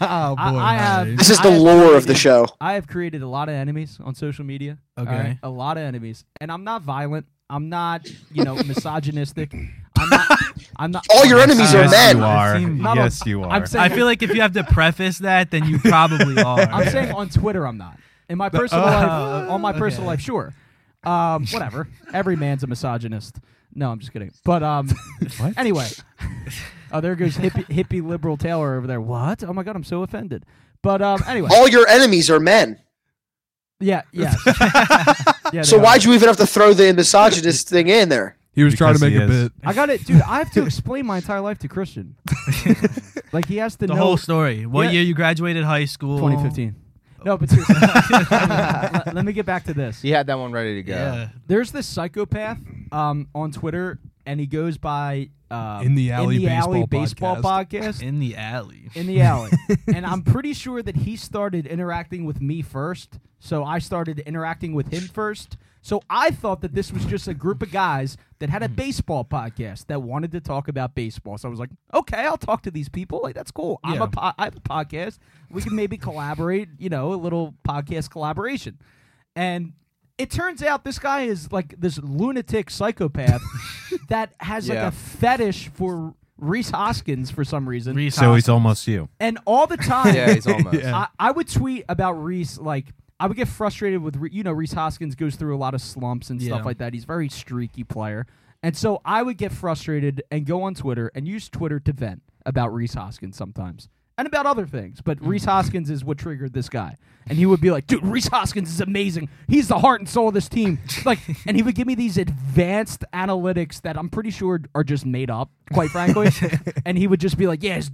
oh boy,
I have-
nice.
this is
I
the
have
lore of the
created-
show
I have created a lot of enemies on social media. all
Okay.
right? A lot of enemies. And I'm not violent. I'm not, you know, misogynistic. I'm not I'm not
all your enemies are
yes,
men
You are.
Seem-
not on-
yes, you are.
I'm saying
I feel like if you have to preface that, then you probably are.
I'm saying on Twitter I'm not. In my personal
oh,
life on my
okay.
personal life, sure. Um, whatever. Every man's a misogynist. No, I'm just kidding. But um
What?
anyway. Oh, there goes hippie, hippie liberal Taylor over there. What? Oh my god, I'm so offended. But um anyway.
all your enemies are men
Yeah, yeah. yeah they
so
are.
why'd you even have to throw the misogynist thing in there
he was trying to
Because
make
he
a
is.
bit.
I got it, dude. I have to explain my entire life to Christian. like he has to
the
know
whole story. What
Yeah.
year you graduated high school?
2015. No, but seriously, let, let me get back to this.
He had that one ready to go.
Yeah.
There's this psychopath um, on Twitter, and he goes by um,
In the Alley
in the alley baseball
Baseball
podcast.
In the alley.
in the alley. and I'm pretty sure that he started interacting with me first. So I started interacting with him first. So I thought that this was just a group of guys that had a baseball podcast that wanted to talk about baseball. So I was like, okay, I'll talk to these people. Like that's cool. I'm
Yeah.
a po- I have a podcast. We can maybe collaborate. You know, a little podcast collaboration. And it turns out this guy is like this lunatic psychopath that has like
Yeah.
a fetish for Reese Hoskins for some reason.
Reese
so he's
Hoskins.
almost you.
And all the time,
Yeah, he's almost.
Yeah.
I, I would tweet about Reese. Like I would get frustrated with Re- you know Reese Hoskins goes through a lot of slumps and
Yeah.
stuff like that. He's a very streaky player, and so I would get frustrated and go on Twitter and use Twitter to vent about Reese Hoskins sometimes. and about other things. But Reese Hoskins is what triggered this guy, and he would be like, "Dude, Reese Hoskins is amazing. He's the heart and soul of this team." Like, and he would give me these advanced analytics that I'm pretty sure are just made up, quite frankly. and he would just be like, "Yeah, his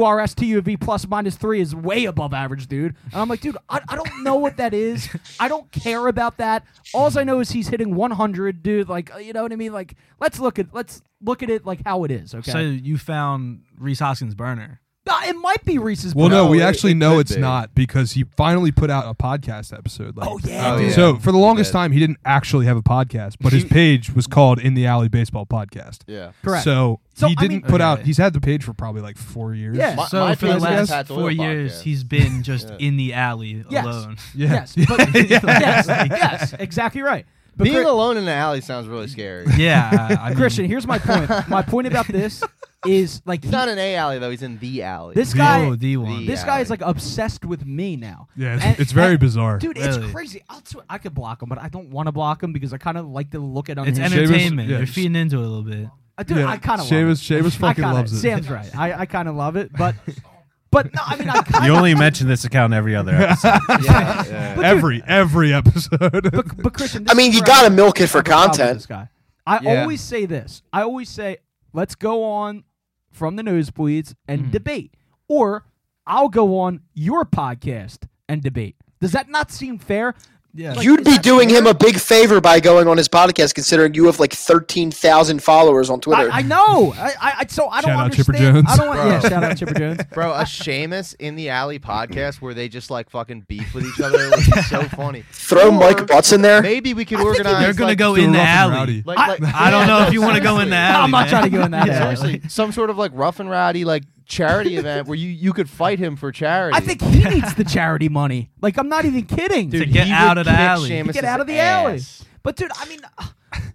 WQRSTUV plus minus three is way above average, dude." And I'm like, "Dude, I, I don't know what that is. I don't care about that. All I know is he's hitting 100, dude. Like, uh, you know what I mean? Like, let's look at let's." Look at it like how it is, okay?
So you found Reese Hoskins' burner.
Uh, it might be Reese's.
Well, no,
Pieces.
we
it-
actually
it
know
could
it's
be.
not because he finally put out a podcast episode. Like,
Oh yeah,
Oh,
dude.
yeah.
So for the longest
did.
time, he didn't actually have a podcast, but his
He-
page was called "In the Alley Baseball Podcast."
Yeah.
correct.
So,
So,
he
I mean-
didn't put out.
Okay.
He's had the page for probably like four years.
Yeah.
My-
so
my
for the
feeling is
last
Pat Doyle
four years,
podcast.
he's been just
Yeah.
in the alley
Yes.
alone.
Yeah.
yes, but, yes, yes, exactly right. But
Being
Chris-
alone in the alley sounds really scary. He's
Yeah, I mean,
Christian, here's my point. My point about this is like he-
not in a alley though. He's in the alley.
this
the
guy.
OD one.
This guy is like obsessed with me now.
Yeah, it's,
And-
it's very
and-
bizarre.
Dude, it's
Really?
crazy. I'll tw- I could block him, but I don't want to block him because I kind of like to look at him.
it's
his-
Shaver's-
entertainment.
yeah.
You're feeding into it a little bit.
Uh, Dude,
Yeah,
I kind of
Sheamus- Sheamus fucking loves it.
Sam's right. I, I kind of love it, but but no, I mean I kind
You only mention this account every other episode.
yeah, yeah.
every every episode.
but, but Christian,
I mean, you gotta milk it for content.
This guy. I
Yeah.
always say this. I always say, let's go on from the nosebleeds and
Mm.
debate, or I'll go on your podcast and debate. Does that not seem fair?
Yeah.
Like,
You'd
is
be
that
doing
fair?
him a big favor by going on his podcast, considering you have like thirteen thousand followers on Twitter.
I, I know. I, I I- so I don't
Shout out Chipper
understand.
Jones.
I don't want. Yeah,
Bro.
shout out Chipper Jones.
Bro, a Seamus in the alley podcast where they just like fucking beef with each other would be so funny.
Throw
Or
Mike Butts in there.
Maybe we could
I think
organize.
They're gonna
like-
go
They're
in the
rough and
alley.
rowdy.
Like,
I-
like-
I don't
Yeah,
know
no,
if you want to go
seriously.
in the alley.
I'm not
man.
trying to go in that.
Yeah.
alley.
Seriously, some sort of like rough and rowdy like charity event where you you could fight him for charity.
I think he needs the charity money. Like I'm not even kidding.
Dude, get
he would
out of the
kick
alley.
Seamus'
get out of the alley.
ass.
But dude, I mean, uh,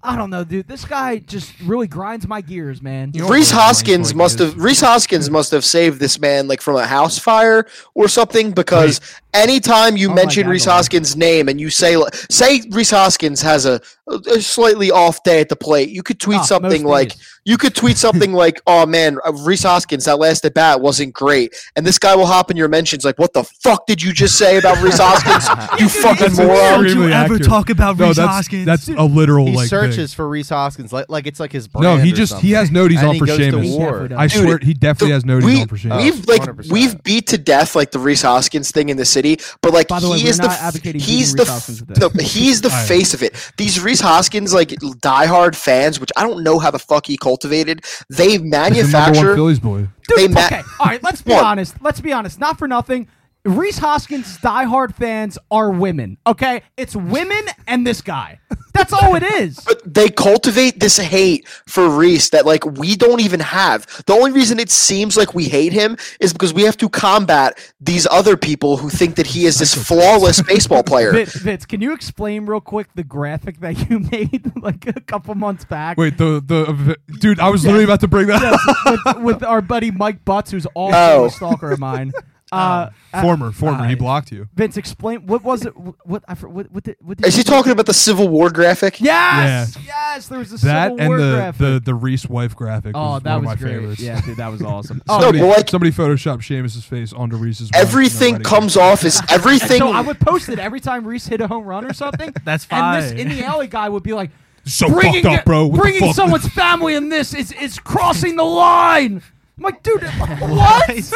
I don't know, dude. This guy just really grinds my gears, man.
You know what
Reese
really funny
Hoskins
point
must
is?
have Reese Hoskins must have saved this man like from a house fire or something because anytime you
Oh my
mention
God,
Reese
Lord.
Hoskins' name and you say like, say Reese Hoskins has a, a slightly off day at the plate, you could tweet
Ah,
something
most
like
days.
you could tweet something like, "Oh man, uh, Reese Hoskins that last at bat wasn't great," and this guy will hop in your mentions like, "What the fuck did you just say about Reese Hoskins? you fucking
That's
moron!"
Don't "Oh, you
Extremely
ever
accurate.
talk about
no,
Reese
that's
Hoskins?
that's a literal
He
like
searches for Reese Hoskins like like it's like his
thing.
brand.
No, he
or
just
something.
he has noties
And
on
he
for
goes to
Seamus.
war.
Definitely does.
I swear he definitely has noties
we,
on for Seamus.
we've like
100%.
we've beat to death like the Reese Hoskins thing in the city, but like
By the way,
he
we're
is the
not
f-
advocating
he's
beating Reese
the f-
Hoskins to
the
death.
he's the
All right.
face of it. These Reese Hoskins like diehard fans, which I don't know how the fuck he cultivated. They
He's the number one
manufacture.
Phillies boy.
They
Dude,
ma-
okay. All right, let's be
What?
honest. Let's be honest. Not for nothing. Reese Hoskins' diehard fans are women. Okay, it's women and this guy. That's all it is.
But they cultivate this hate for Reese that like we don't even have. The only reason it seems like we hate him is because we have to combat these other people who think that he is this flawless baseball player.
Vince, Vince, can you explain real quick the graphic that you made like a couple months back?
Wait, the the dude, I was literally about to bring that up.
with, with our buddy Mike Butts, who's also
Oh.
a stalker of mine. Uh,
Um.
uh,
Former, former, he
Alright.
blocked you.
Vince, explain what was it? wh- What I for- what what did, what did
Is he
you-
talking about the Civil War graphic?
Yes, yes. There was a
That
Civil
and
War
the,
graphic.
the the Reese wife graphic.
oh,
was
that
one
was
of my
great.
favorites.
Yeah, dude, that was awesome. Oh,
Somebody,
No, but like-
somebody photoshopped Seamus's face onto Reese's. wife in their
Everything
wedding
comes off as
and
everything.
so I would post it every time Reese hit a home run or something.
That's
And this
fire.
in the alley guy would be like,
So
bringing
fucked up,
it-
bro. What the
bringing
fuck?"
someone's family in this is is crossing the line. I'm like, dude, what?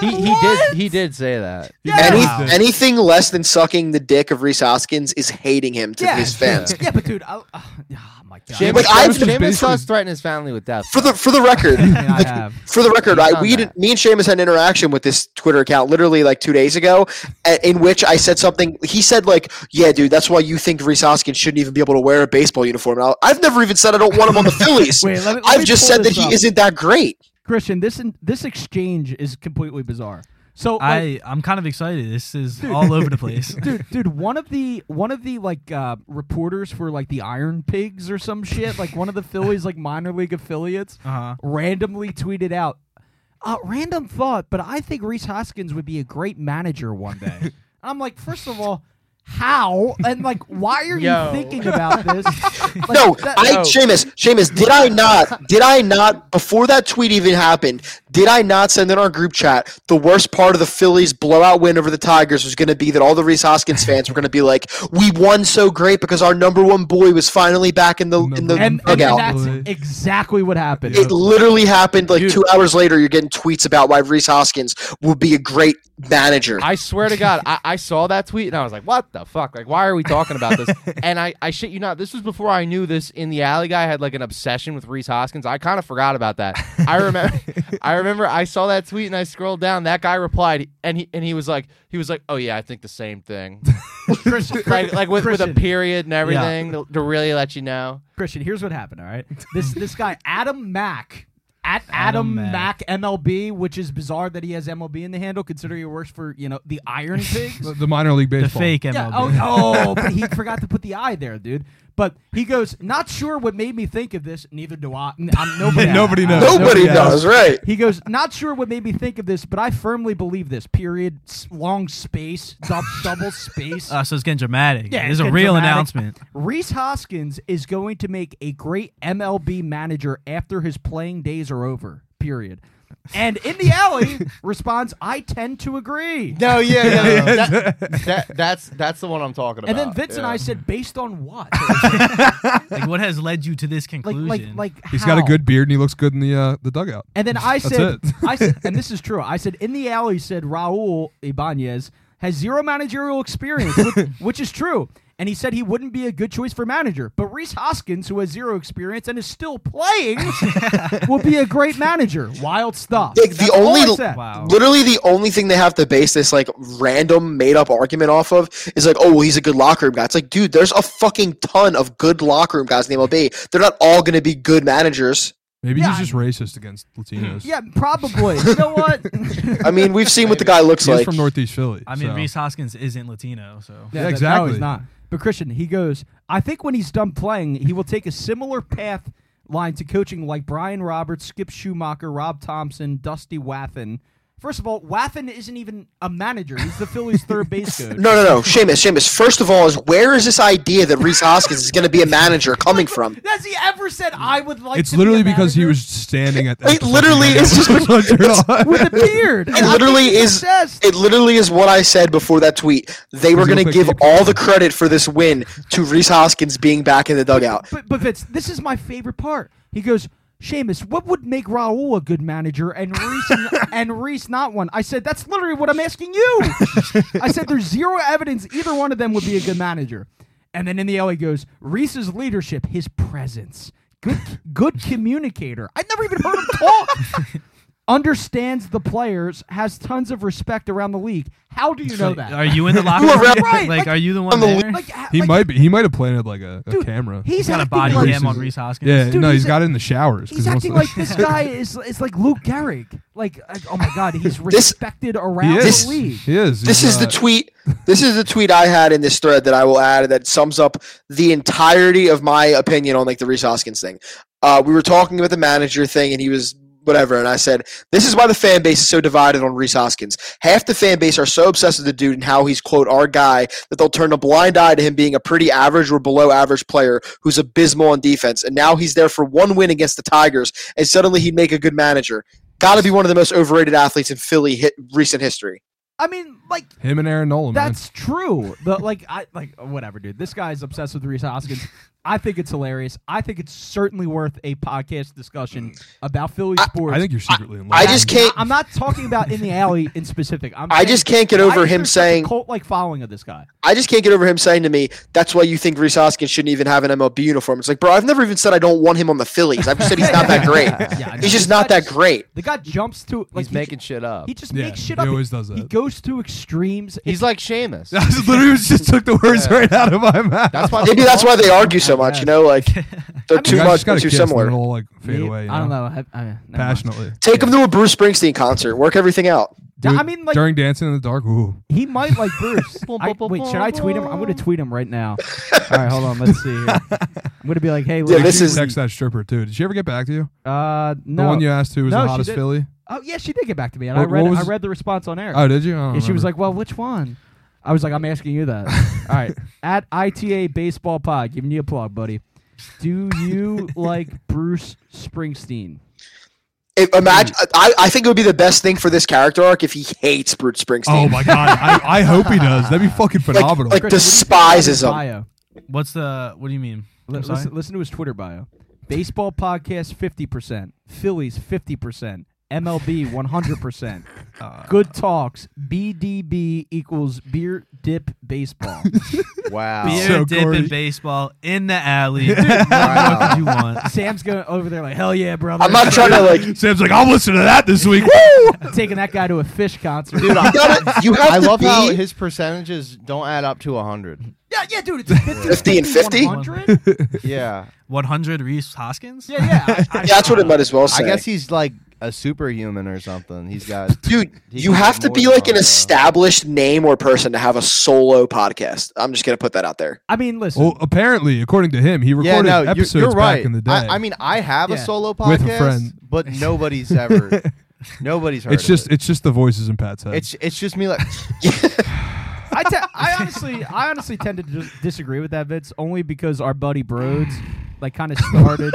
He, he did he did say that.
Any,
Wow.
Anything less than sucking the dick of Reese Hoskins is hating him to
yeah,
his fans.
Yeah, but dude, I, uh, oh my god.
Seamus,
Like, I've-
Seamus
basically-
does threaten his family with death.
For the for the record,
Yeah, I have.
for the record,
He's
I
done
we
that.
didn't, me and Seamus had an interaction with this Twitter account literally like two days ago, a- in which I said something. He said like, "Yeah, dude, that's why you think Reese Hoskins shouldn't even be able to wear a baseball uniform." And I'll- I've never even said I don't want him on the Phillies.
Wait, let me- let
I've
me
just
pull
said that
this
he
up.
isn't that great.
Christian, this in, this exchange is completely bizarre. So like,
I I'm kind of excited. This is all over the place.
dude, dude, one of the one of the like uh, reporters for like the Iron Pigs or some shit, like one of the Phillies like minor league affiliates,
Uh-huh.
randomly tweeted out, uh, "Random thought, but I think Reese Hoskins would be a great manager one day." I'm like, first of all, how and like why are
Yo.
you thinking about this? Like,
no,
that-
I
no.
Seamus, Seamus, did I not did I not before that tweet even happened, did I not send in our group chat the worst part of the Phillies blowout win over the Tigers was gonna be that all the Reese Hoskins fans were gonna be like, We won so great because our number one boy was finally back in the in the
and, and
dugout.
that's exactly what happened.
It literally happened like two hours later. You're getting tweets about why Reese Hoskins would be a great manager.
I swear to God, I, I saw that tweet and I was like, what the fuck? Like, why are we talking about this? and I, I shit you not, this was before I knew this in the alley guy had like an obsession with Reese Hoskins. I kind of forgot about that. I remember I remember I saw that tweet and I scrolled down. That guy replied and he and he was like he was like, Oh yeah, I think the same thing.
Christian,
like like with, with a
Christian.
period and everything to, to really let you know.
Christian, here's what happened. All right, this this guy Adam Mack at Adam,
Adam
Mack. MLB, which is bizarre that he has MLB in the handle, considering he works for you know the Iron Pigs.
The, the minor league
The
baseball.
fake MLB.
yeah, oh, oh, but he forgot to put the I there, dude. But he goes, not sure what made me think of this. Neither do I. N- I'm, nobody.
Nobody knows. Nobody
Nobody knows, right?
He goes, not sure what made me think of this, but I firmly believe this. Period. S- Long space, dub- double space.
Uh, so it's getting dramatic.
Yeah,
Yeah,
it's
it's a
getting
real
dramatic.
announcement.
Reese Hoskins is going to make a great MLB manager after his playing days are over. Period. And in the alley responds, "I tend to agree."
No, yeah, yeah, yeah.
Yes.
That- that's that's the one I'm talking about.
And then Vince and
Yeah.
I said, "Based on what?"
Like, what has led you to this
like,
conclusion?
like, like.
He's got a
how?
good beard and he looks good in the uh, the dugout.
And then I
That's
said,
it.
I said, and this is true. I said in the alley said Raul Ibanez has zero managerial experience, which, which is true. And he said he wouldn't be a good choice for manager. But Reese Hoskins, who has zero experience and is still playing, will be a great manager. Wild stuff.
Like, the
That's all I
only-
said.
wow.
Literally, the only thing they have to base this like random made up argument off of is like, oh, well, he's a good locker room guy. It's like, dude, there's a fucking ton of good locker room guys in the MLB. They're not all going to be good managers.
Maybe
Yeah,
he's just racist against Latinos.
Yeah, probably. You know what?
I mean, we've seen what the guy looks
He's
like.
from Northeast Philly.
I mean,
so.
Reese Hoskins isn't Latino, so
Yeah,
Yeah,
that- No, he's
exactly.
not. But Christian, he goes, I think when he's done playing, he will take a similar path line to coaching like Brian Roberts, Skip Schumacher, Rob Thompson, Dusty Waffen. First of all, Waffen isn't even a manager. He's the Phillies' third base coach.
no, no, no, Seamus, Seamus. First of all, is where is this idea that Reese Hoskins is going to be a manager coming from?
Has he ever said I would like?
it's
to be a
literally because he
manager?"
was standing at.
It literally is just-
with a beard. And I think
literally
he's
is-
obsessed.
It literally is what I said before that tweet. They were
Real
going to
quick,
give
keep-
all the credit for this win to Reese Hoskins being back in the dugout.
But but Vince, this is my favorite part. He goes, Seamus, what would make Raul a good manager and Reese and Reese not one? I said, that's literally what I'm asking you. I said, there's zero evidence either one of them would be a good manager. And then in the alley goes, Reese's leadership, his presence, good good communicator. I'd never even heard him talk. Understands the players, has tons of respect around the league. How do you know
Like,
that?
Are you in the locker
You
room?
were right.
Like,
Like,
are you the
on
one
the
there?
like, ha-
He
like,
might be. He might have planted like a, a
Dude,
camera.
He's
got a
acting
body
like-
cam on Reese Hoskins.
yeah,
dude,
no,
he's
he's
a-
got it in the showers. 'cause
He's
he wants
acting
to-
like this guy is is like Luke Gehrig. Like, like, oh my god, he's respected around
He is.
the league.
He is.
This
He's,
is the
uh,
tweet. This is the tweet I had in this thread that I will add that sums up the entirety of my opinion on like the Reese Hoskins thing. Uh, we were talking about the manager thing, and he was whatever, and I said this is why the fan base is so divided on Reese Hoskins. Half the fan base are so obsessed with the dude and how he's quote our guy that they'll turn a blind eye to him being a pretty average or below average player who's abysmal on defense, and now he's there for one win against the Tigers, and suddenly he'd make a good manager. Got to be one of the most overrated athletes in Philly hit recent history.
I mean, like
him and Aaron Nolan. man.
that's true. The like I like whatever, dude. This guy's obsessed with Reese Hoskins. I think it's hilarious. I think it's certainly worth a podcast discussion about Philly sports.
I think you're secretly in love.
I
with
just
him.
can't.
I'm not talking about in the alley in specific. I'm
I just can't get over him saying.
cult like following of this guy.
I just can't get over him saying to me, "That's why you think Reese Hoskins shouldn't even have an MLB uniform." It's like, bro, I've never even said I don't want him on the Phillies. I've just said he's not that great.
Yeah, I know.
He's just not that great.
The guy jumps to like
He's
he
making
ju-
shit up.
he just
Yeah,
makes shit
he
up.
always does
He
that.
goes to extremes.
He's like Seamus.
I just literally was- just took the words right out of my mouth.
That's why
Maybe that's why they argue so much. You know, like they're too
You guys just
much,
gotta
they're too
kiss and
similar.
It'll all like fade
Maybe-
away. you
I don't know. I, I, never mind.
Passionately.
Take him to a Bruce Springsteen concert. Work everything out.
Yeah,
Dude,
I mean, like-
during Dancing in the Dark. Ooh,
He might like Bruce. I- wait, should I tweet him? I'm gonna tweet him right now. All right, hold on. Let's see. Here. I'm gonna be like, hey,
Yeah,
look,
this
You
is-
text that stripper too. Did she ever get back to you?
uh, no.
The one you asked who was
No,
the
she
hottest
did-
Philly.
oh yeah, she did get back to me, and I
What-
read.
what was-
I read the response on air.
Oh, did you? I
and
don't
she was
remember.
like, well, which one? I was like, I'm asking you that. All right. At ITA Baseball Pod, giving you a plug, buddy. Do you like Bruce Springsteen?
If- imagine, I, I think it would be the best thing for this character arc if he hates Bruce Springsteen.
Oh my god, I, I hope he does. That'd be fucking
like,
phenomenal.
like
Chris, what do you think about
despises
his
him.
bio?
What's the? What do you mean?
Li-
I'm sorry?
listen, listen to his Twitter bio. Baseball podcast 50%, Phillies 50%, MLB 100%, Good Talks, BDB equals Beer Dip Baseball.
Wow.
Beer
Oh. So,
dip
Corey-
in baseball in the alley. what do you want?
Sam's going over there like, hell yeah, brother.
I'm not trying to like. You
Sam's like, I'll listen to that this week. Woo!
Taking that guy to a fish concert.
gotta- you have
I
to
love
be
how his percentages don't add up to hundred.
yeah, yeah, dude, it's 50,
50 and 50.
100?
Yeah,
100 Reese Hoskins?
Yeah, yeah. I, I,
That's what it might as well
I
say.
guess he's like a superhuman or something. He's got
Dude,
He
you
can
have
get
to
more
be
than
like an
Rondo.
established name or person to have a solo podcast. I'm just gonna put that out there.
I mean, listen.
Well, apparently, according to him, he
yeah,
recorded
no, you're,
episodes
you're
back
right.
in the day.
I, I mean, I have a
Yeah.
solo
With a
podcast,
friend.
but nobody's ever, nobody's heard.
it's
of
just
it.
it's just the voices in Pat's head.
it's it's just me like
I, te- I honestly, I honestly tend to dis- disagree with that, Vince, only because our buddy Broads, like, kind of started.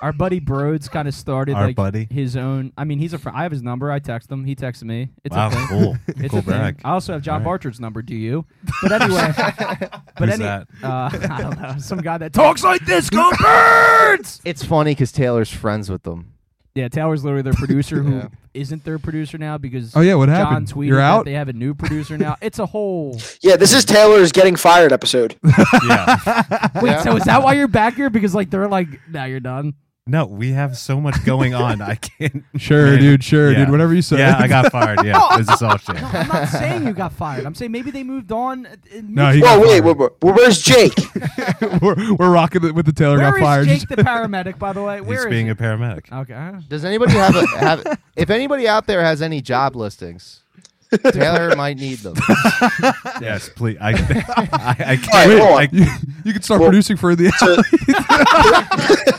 our buddy Broads kind of started
Our
like
buddy?
his own. I mean, he's a friend. I have his number. I text him. He texts me. It's
wow,
a thing.
cool.
It's Uh,
cool
a thing.
brag.
I also have John
All right.
Bartard's number. Do you? But anyway, but
Who's
any,
that?
Uh, I don't know. Some guy that talks like this. Go Birds!
it's funny because Taylor's friends with them.
Yeah, Taylor's literally their producer who
Yeah.
not their producer now because
oh yeah, what
John
happened?
tweeted
You're
that
out.
they have a new producer now. It's a whole
Yeah, this is Taylor's getting fired episode.
yeah.
wait.
Yeah.
So is that why you're back here? Because like they're like, now you're done.
No, we have so much going on. I can't.
Sure,
Man,
dude. Sure,
yeah.
dude. Whatever you say.
Yeah, I got fired. Yeah, this is all shit.
I'm not saying you got fired. I'm saying maybe they moved on. uh, uh,
No, he
mutual-
got
Whoa, wait,
fired.
where- where- where's Jake?
we're, we're rocking it with the Taylor
Where
got
is
fired.
Jake the paramedic? By the way, where is
He's being
he?
a paramedic.
okay. I don't-
Does anybody have a have? If anybody out there has any job listings, Taylor might need them.
Yes, please. I, I, I
All right,
can't.
hold on.
I,
you, you can start
Well-
producing for the.
to,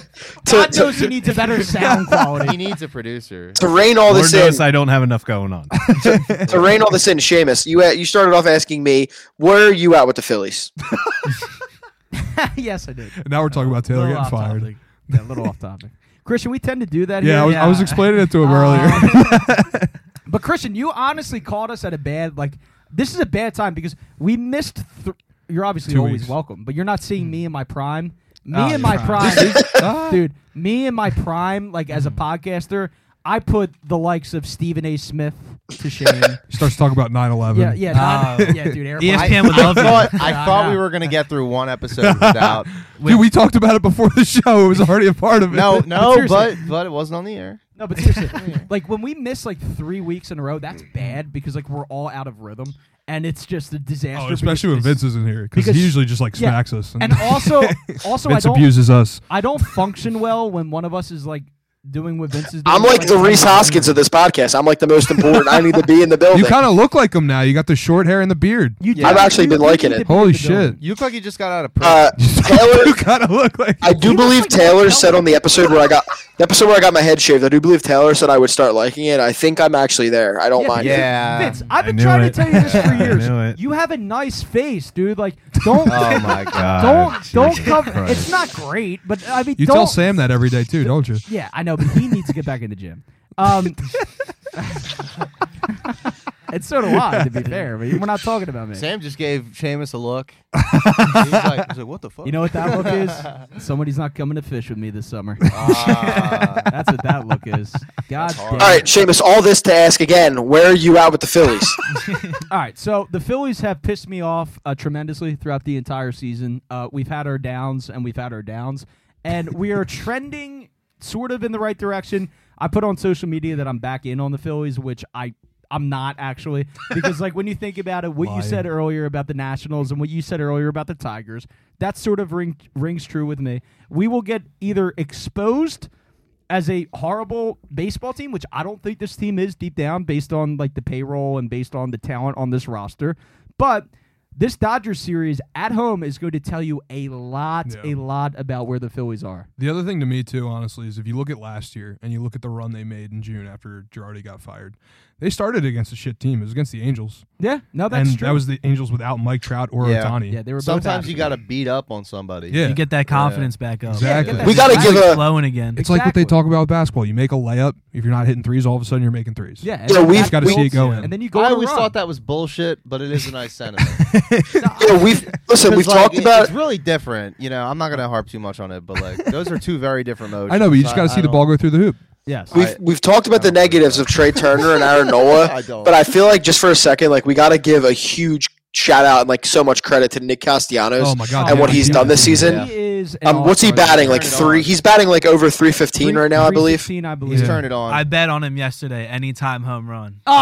God
to,
knows he needs a better sound quality.
He needs a producer.
to rein all
Lord
this
knows
in,
I don't have enough going on. Oh,
to rein all this in, Seamus, you a- you started off asking me where are you at with the Phillies?
yes, I did.
and now we're talking about Taylor
Little
getting
off
fired.
topic. Yeah, a little off topic. Christian, we tend to do that.
Yeah,
here.
I was, I was
Yeah.
explaining it to him
Um,
earlier.
But Christian, you honestly called us at a bad like this is a bad time because we missed. Th- you're obviously
Two
always
weeks. Hmm. Ah,
welcome, but you're not seeing me in my prime. Me
Oh,
in
your
my prime,
prime.
dude. Me in my prime, like
Hmm.
as a podcaster, I put the likes of Stephen A. Smith to shame.
Starts talking about 9/11.
yeah, yeah, not-
Oh.
yeah, dude.
E
Airplane.
ESPN would
I
love
thought,
you.
I thought we were gonna get through one episode without.
Dude, we talked about it before the show. It was already a part of it.
No, no, but
seriously.
but it wasn't on the air.
No, but seriously, like when we miss like three weeks in a row, that's bad because like we're all out of rhythm, and it's just a disaster.
Oh,
because
especially when
it's-
Vince isn't here because
because-
he usually just like
yeah.
smacks us.
And also, also I
Vince
don't
abuses us.
I don't function well when one of us is like doing what Vince is doing.
I'm like the Reese Hoskins of this podcast. I'm like the most important. I need to be in the building.
You kind of look like him now. You got the short hair and the beard.
You
Yeah.
do-
I've
actually
you
been
do
liking
need
it.
to be in
Holy
the building.
shit.
You look like you just got out of prison.
uh, Taylor,
you kind of look like.
I do
He looks
believe
like
Taylor
Mark
said
Kelly.
on the episode where I got the episode where I got my head shaved. I do believe Taylor said I would start liking it. I think I'm actually there. I don't mind.
yeah.
it.
Vince, I've
I
been
knew
trying
it.
to tell you this for
I
years.
knew it.
You have a nice face, dude. Like, don't,
Oh my god.
don't,
God,
don't
Jesus
cover.
Christ.
It's not great, but I mean,
You
don't.
tell Sam that every day too, don't you?
Yeah, I know, but he needs to get back in the gym. Um, and so do I, to be fair. But we're not talking about me.
Sam just gave Seamus a look. he's, like, he's like, what the fuck?
You know what that look is? Somebody's not coming to fish with me this summer.
Ah.
Um, That's what that look is. God damn.
hard.
it.
All right, Seamus. All this to ask again: Where are you at with the Phillies?
All right, so the Phillies have pissed me off uh, tremendously throughout the entire season. Uh, we've had our downs and we've had our downs, and we are trending sort of in the right direction. I put on social media that I'm back in on the Phillies, which I I'm not actually because like when you think about it, what you
Lying.
said earlier about the Nationals and what you said earlier about the Tigers, that sort of ring, rings true with me. We will get either exposed as a horrible baseball team, which I don't think this team is deep down based on like the payroll and based on the talent on this roster. But this Dodgers series at home is going to tell you a lot,
Yeah.
a lot about where the Phillies are.
The other thing to me too, honestly, is if you look at last year and you look at the run they made in June after Girardi got fired, They started against a shit team. It was against the Angels,
Yeah, no, that's
and
true.
that was the Angels without Mike Trout or
Yeah.
Otani.
yeah, they were both
Sometimes
out.
you got to beat up on somebody.
Yeah.
You get that confidence back up.
Exactly.
that
We gotta
It's
give
like
a-
flowing again.
It's like what they
Exactly.
talk about with basketball. You make a layup. If you're not hitting threes, all of a sudden you're making threes.
Yeah, and
Yeah,
then
we've-
that
Gotta see it
builds you,
going.
And then you go.
I
on a
always
run.
thought that was bullshit, but it is a nice sentiment.
Yeah, we've listen. We've
Because, like,
talked
it-
about
it's really different. You know, I'm not gonna harp too much on it, but like those are two very different modes.
I know, but you just got to see the ball go through the hoop.
yes.
We've, we've talked about the negatives of Trey Turner and Aaron Nola,
I don't.
but I feel like just for a second, like we got to give a huge shout out and like so much credit to Nick Castellanos.
Oh my god!
and
yeah,
what he's
yeah.
done this season.
He is. an
um, what's he
all-star.
batting? Like
Turn it
three?
on.
He's batting like over three fifteen right now, I believe.
316, I believe.
Please turn it on.
I bet on him yesterday. Anytime home run.
Oh,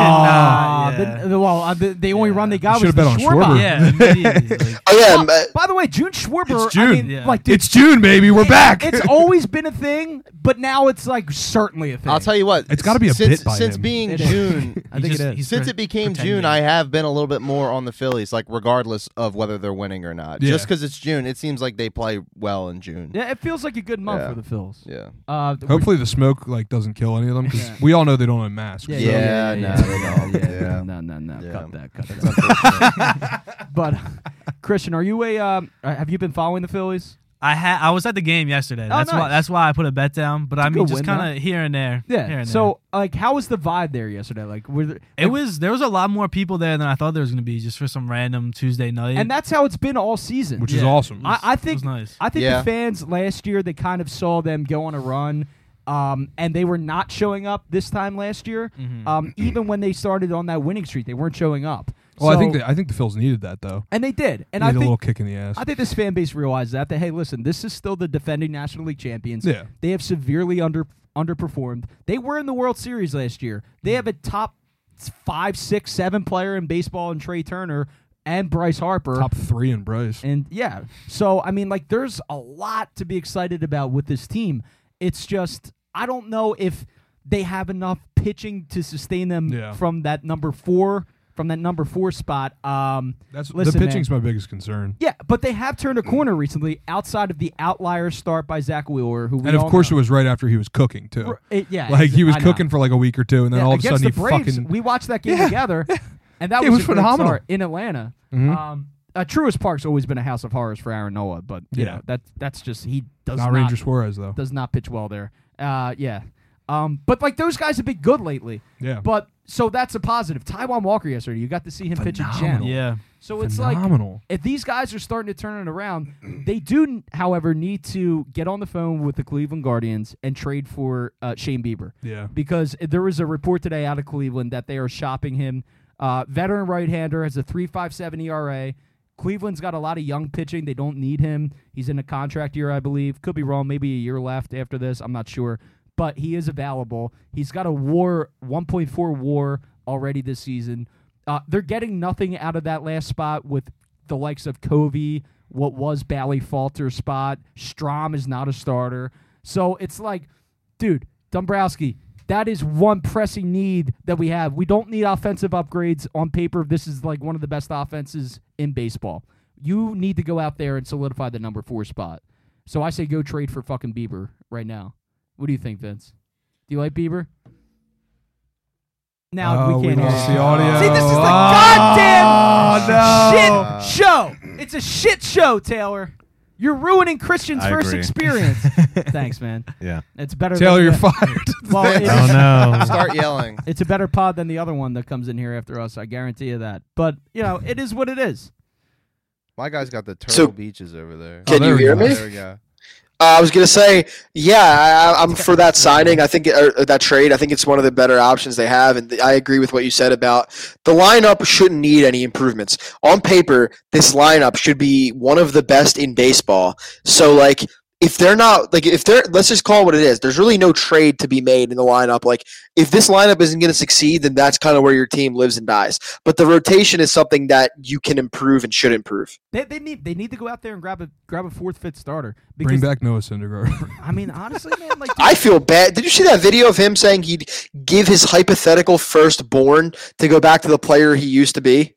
Ah,
did not- the- well, uh, the, the only
Yeah.
run they got
You
was
should've bet
the
on
Schwarber.
Schwarber.
Yeah, immediately. Like,
Oh yeah, um, uh,
Oh, by the way, June Schwarber.
It's June.
I mean,
Yeah.
like, dude,
It's June, baby. We're
it-
back.
It's always been a thing, but now it's like certainly a thing.
I'll tell you what.
It's gotta be a
since,
bit by
since
him.
being
It is.
June.
I think
just-
it is.
he's
Since
pre-
it became
pretending.
June, I have been a little bit more on the Phillies, like regardless of whether they're winning or not.
Yeah.
Just because it's June, it seems like they play well in June.
Yeah, it feels like a good month
Yeah.
for the Phils.
Yeah.
Uh, th-
Hopefully the smoke like doesn't kill any of them because
Yeah.
we all know they don't own masks.
Yeah,
so-
yeah, yeah,
Yeah,
yeah,
no, they
yeah,
don't.
yeah,
Yeah.
yeah, no, no, no,
Yeah.
cut that, cut that. But Christian, are you a? Um, uh, have you been following the Phillies?
I had I was at the game yesterday.
Oh,
That's why
nice.
that's why I put a bet down. But I mean,
good
just
win, huh?
kind of here and there. Here
Yeah.
and
So, like, how was the vibe there yesterday? Like, were there,
there. it was there was a lot more people there than I thought there was gonna be just for some random Tuesday night.
and that's how it's been all season.
which is
Yeah.
awesome.
I, I think
was nice.
I think
Yeah.
the fans last year they kind of saw them go on a run, um, and they were not showing up this time last year.
Mm-hmm.
Um, even when they started on that winning streak, they weren't showing up.
well, I
So-
think that, I think the Phils needed that though.
and they did, and
Needed
I
a little
think
kick in the ass.
I think this fan base realized that that hey, listen, this is still the defending National League champions.
Yeah.
they have severely under underperformed. They were in the World Series last year. They have a top five, six, seven player in baseball in Trey Turner and Bryce Harper.
Top three in Bryce.
And yeah, so I mean, like, there's a lot to be excited about with this team. It's just I don't know if they have enough pitching to sustain them
Yeah.
from that number four from that number four spot. Um,
That's
listen,
the
man.
pitching's my biggest concern.
yeah, but they have turned a corner recently outside of the outlier start by Zach Wheeler, who we
And of
all
course,
know.
it was right after he was cooking too.
It- yeah,
like he was
I know.
cooking for like a week or two, and then
Yeah,
all of a
against
sudden he
the Braves,
fucking
we watched that game together, and that
It
was,
was
a great
phenomenal. Mm-hmm.
start in Atlanta. Um, uh, Truist Park's always been a house of horrors for Aaron Noah, but you
Yeah.
know that that's just he does not,
not Ranger Suarez though.
does not pitch well there. Uh, yeah, um, but like those guys have been good lately.
Yeah.
But so that's a positive. Taiwan Walker yesterday, you got to see him pitch a gem.
Phenomenal.
yeah,
So it's like
Phenomenal.
if these guys are starting to turn it around, they do, however, need to get on the phone with the Cleveland Guardians and trade for uh, Shane Bieber.
yeah.
Because there was a report today out of Cleveland that they are shopping him. Uh, veteran right hander has a 3.57 ERA. E Cleveland's got a lot of young pitching. They don't need him. He's in a contract year, I believe. Could be wrong. Maybe a year left after this. I'm not sure. But he is available. He's got a war 1.4 war already this season. Uh, they're getting nothing out of that last spot with the likes of Covey, what was Bally Falter's spot. Strom is not a starter. So it's like, dude, Dombrowski, that is one pressing need that we have. We don't need offensive upgrades on paper. This is like one of the best offenses in baseball. You need to go out there and solidify the number four spot. So I say go trade for fucking Bieber right now. What do you think, Vince? Do you like Bieber? Now
Oh,
Uh, we can't. hear
lost
you.
the audio.
See, this is the Ah,
Oh,
goddamn
no.
shit show. It's a shit show, Taylor. You're ruining Christian's
I
first
agree.
experience. Thanks, man.
Yeah.
It's better.
Taylor,
than
you're
the-
fired.
Well, it's-
Oh no.
Uh, Start yelling.
it's a better pod than the other one that comes in here after us. I guarantee you that. But you know, it is what it is.
My guy's got the turtle
So-
beaches over there. Oh,
Can
there
you
we
hear
go.
me?
There we go.
Uh, I was gonna say, yeah, I, I'm for that signing. I think or, or that trade. I think it's one of the better options they have, and I agree with what you said about the lineup shouldn't need any improvements. On paper, this lineup should be one of the best in baseball. So, like, if they're not like if they're let's just call it what it is. There's really no trade to be made in the lineup. Like, if this lineup isn't going to succeed, then that's kind of where your team lives and dies. But the rotation is something that you can improve and should improve.
They, they need they need to go out there and grab a grab a fourth fifth starter.
Bring
Because
back Noah Syndergaard.
I mean, honestly, man, like
I feel bad. Did you see that video of him saying he'd give his hypothetical firstborn to go back to the player he used to be?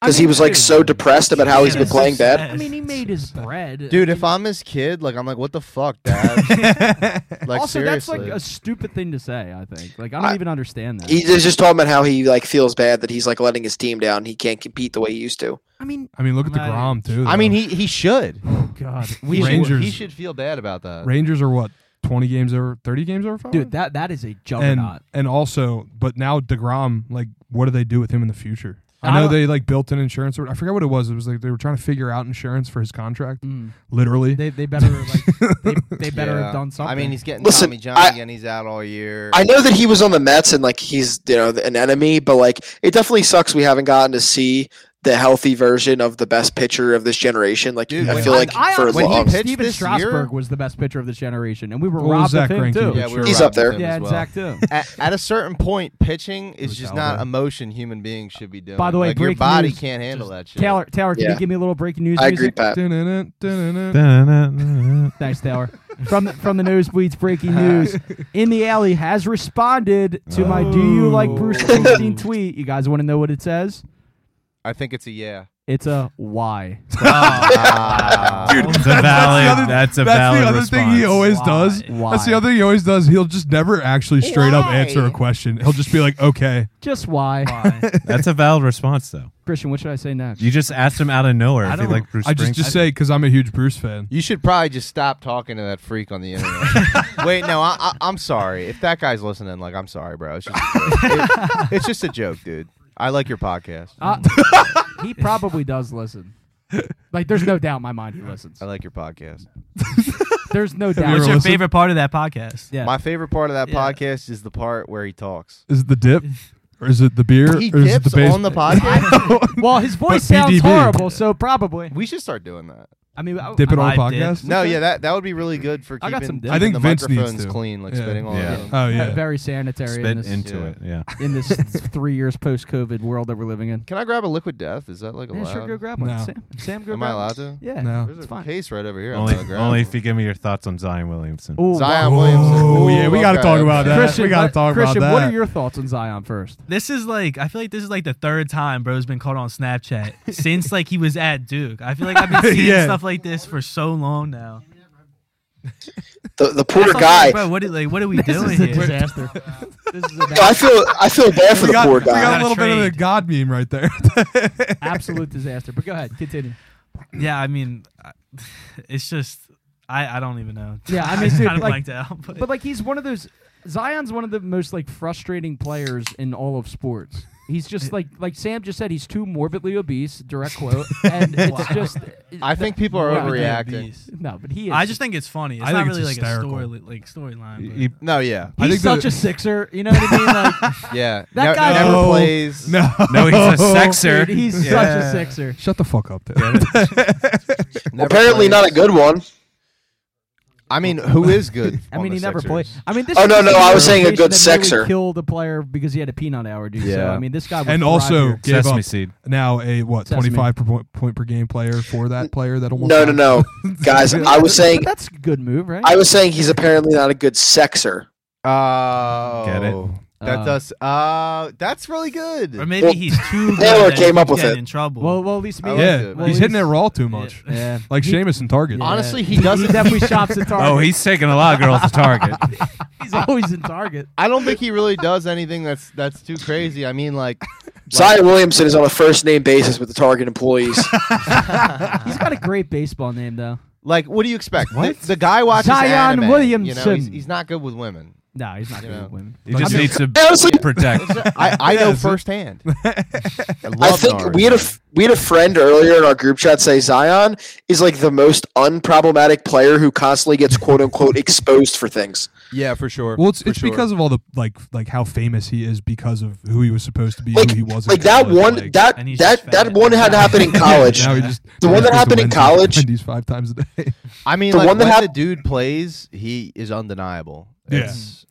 because
mean,
he was like
dude.
so depressed about how he's
Yeah,
been
it's
playing
so
bad.
sad.
I mean, he made his bread,
Dude,
I
if
mean,
I'm his kid, like I'm like, what the fuck, dad? like
also
seriously.
that's like a stupid thing to say. I think. Like I don't
I-
even understand that.
He was just talking about how he like feels bad that he's like letting his team down. He can't compete the way he used to.
I mean,
I mean, look at the
Right.
Grom too.
I mean,
though.
he he should.
God,
we should,
Rangers-
he should feel bad about that.
Rangers are what twenty games over, thirty games over, 500?
dude, that that is a
and
juggernaut.
and also, but now Degrom, like, what do they do with him in the future?
I
I know
don't-
they like built an insurance. or- I forget what it was. It was like they were trying to figure out insurance for his contract.
Mm.
Literally,
They they better like they, they better
Yeah.
have done something.
I mean, he's getting
Listen,
Tommy John
I-
again. He's out all year.
I know that he was on the Mets and like he's you know an enemy, but like it definitely sucks we haven't gotten to see the healthy version of the best pitcher of this generation. Like
Dude,
I
when-
feel
I-
like
I,
for
honestly
when he
long,
think
pitched
Steven
this
Strasburg
year-
was the best pitcher of this generation, and we were
Well,
robbed
Zach
of him
Greinke
too.
was
yeah, we were
He's
robbing
up there.
him
yeah,
as well.
Zach too.
At, at a certain point, pitching is
Who's
just
out
not
there?
emotion human beings should be doing.
By the way,
like, your
breaking
body
news,
can't handle that shit.
Taylor, Taylor, can
Yeah.
you give me a little breaking news?
I
music?
agree, Pat.
Dun-dun-dun, dun-dun-dun.
Da-na-na-na-na.
Thanks, Taylor. from the, from the nosebleeds, breaking news. In the alley has responded to my "Do you like Bruce
Oh.
Springsteen?" tweet. You guys want to know what it says?
I think it's a yeah.
It's a why.
Ah.
It's a valid.
other-
that's a
That's
valid
the other
response.
thing he always
Why?
does. That's the
Why?
other thing he always does. He'll just never actually straight up answer a question. He'll just be like, "Okay,
Just why,
Why?
That's a valid response, though.
Christian? What should I say next?
You just asked him out of nowhere if he
don't-
liked Bruce
I just
Springsteen.
just say because I'm a huge Bruce fan."
you should probably just stop talking to that freak on the internet. Wait, no, I, I, I'm sorry. If that guy's listening, like, I'm sorry, bro. It's just, a joke. It- it's just a joke, dude. I like your podcast.
Uh, he probably does listen. Like, there's no doubt in my mind he listens.
I like your podcast.
There's no doubt.
ever
What's your
listened?
favorite part of that podcast?
Yeah.
My favorite part of that
Yeah.
podcast is the part where he talks.
Is it the dip, or is it the beer,
He
or is it the
dips
base?
on the podcast.
well, his voice
But
sounds
PDB.
horrible, so probably.
we should start doing that.
I mean, I,
dip it on
I
the
did.
podcast?
No, yeah, that that would be really good for
I
keeping,
got some
keeping
I
think
the
Vince needs
microphones
to.
clean, like
Yeah.
spitting all
Yeah.
over them.
Oh
yeah.
yeah.
very sanitary in
Spit
this,
into
yeah.
it. Yeah.
in this three years post COVID world that we're living in.
Can I grab a liquid death? Is that like allowed?
Yeah, sure, go grab one.
No.
Sam, Sam, go
Am
grab
I
one.
allowed to?
Yeah.
No.
There's a
It's fine.
case right over here. I'm
Only,
allowed to grab
only
one.
if you give me your thoughts on Zion Williamson.
Ooh,
Zion
wow.
Williamson.
Oh yeah, we got to
okay,
talk about
okay.
that.
Christian,
we got
what-
to talk
Christian,
about that.
what are your thoughts on Zion first?
This is like I feel like this is like the third time bro's been caught on Snapchat since like he was at Duke. I feel like I've been seeing
Yeah.
stuff like this for so long now.
the the Porter
That's all
guy.
like, bro, what, are- like, what are we doing here?
disaster. this is a
Yo, I feel I feel bad for
we
the
got,
poor
we got
guy.
a little bit of the
Trade.
God meme right there.
absolute disaster. But go ahead, continue.
Yeah, I mean, I- it's just I, I don't even know.
Yeah, I mean, dude,
kind of
like-
blanked out. But,
But like, he's one of those. Zion's one of the most like frustrating players in all of sports. He's just like like Sam just said. He's too morbidly obese. Direct quote. And it's just.
I think people are
Wow.
overreacting.
Beast.
No, but he is.
I just think it's funny. It's
I
not
think
really
it's
like
hysterical.
a story like storyline. but-
He-
No, yeah,
he's
I think
such
the-
a sixer. You know what I mean? Like,
yeah.
That
Ne-
guy-
never
No.
plays.
no,
no, he's a sexer.
dude, he's such a
Yeah.
sixer.
Shut the fuck up, dude.
never
Apparently
plays.
not a good one.
I mean, who is good?
I
on
mean,
the
he never
Sixers?
played. I mean, this.
Oh,
is
no,
the
no, I was saying a
rotation
good
that really
sexer.
Killed a player because he had a peanut allergy. So
Yeah.
I mean, this guy. would
And
thrive
also
here.
gave
Sesame
up
seed.
now a what
Sesame.
twenty five per point, point per game player for that player that almost
No, no,
died?
no, guys. I was saying
But that's a good move, right?
I was saying he's apparently not a good sexer.
Oh,
Get it?
That
Uh,
does. Uh, that's really good.
Or maybe
Well,
he's too.
Taylor
good that
came
he's
up with
getting
it.
In trouble.
Well, well, at least
I
me.
like
yeah,
it.
Well,
he's
at
hitting it
least-
raw too much,
Yeah.
like
He-
Sheamus and Target.
yeah.
Honestly, he
He
doesn't-
definitely shops at Target.
Oh, he's taking a lot of girls to Target.
he's always in Target.
I don't think he really does anything that's that's too crazy. I mean, like,
Zion Williamson is on a first name basis with the Target employees.
He's got a great baseball name, though.
like what do you expect? The, the guy watches
Zion
anime, You know,
Williamson.
he's, he's not good with women.
No, he's not
You
good
know.
with women.
He just
I mean-
needs to
Honestly,
protect.
I, I know
Yes.
firsthand. I,
I
love
think
Naruto.
we had a f- we had a friend earlier in our group chat say Zion is like the most unproblematic player who constantly gets quote unquote exposed for things.
yeah for sure.
Well, it's,
For
it's
sure.
because of all the like like how famous he is because of who he was supposed to be,
Like-
who he wasn't.
Like that
Like,
one
like,
that
and he's
that
just
that
fat.
one had happened in college.
Now he just
The one
goes
that
to
happened in
Wendy's-
college-
Wendy's five times a day.
I mean,
The
like
one that
when
hap-
the dude plays, he is undeniable.
Yeah.
It's,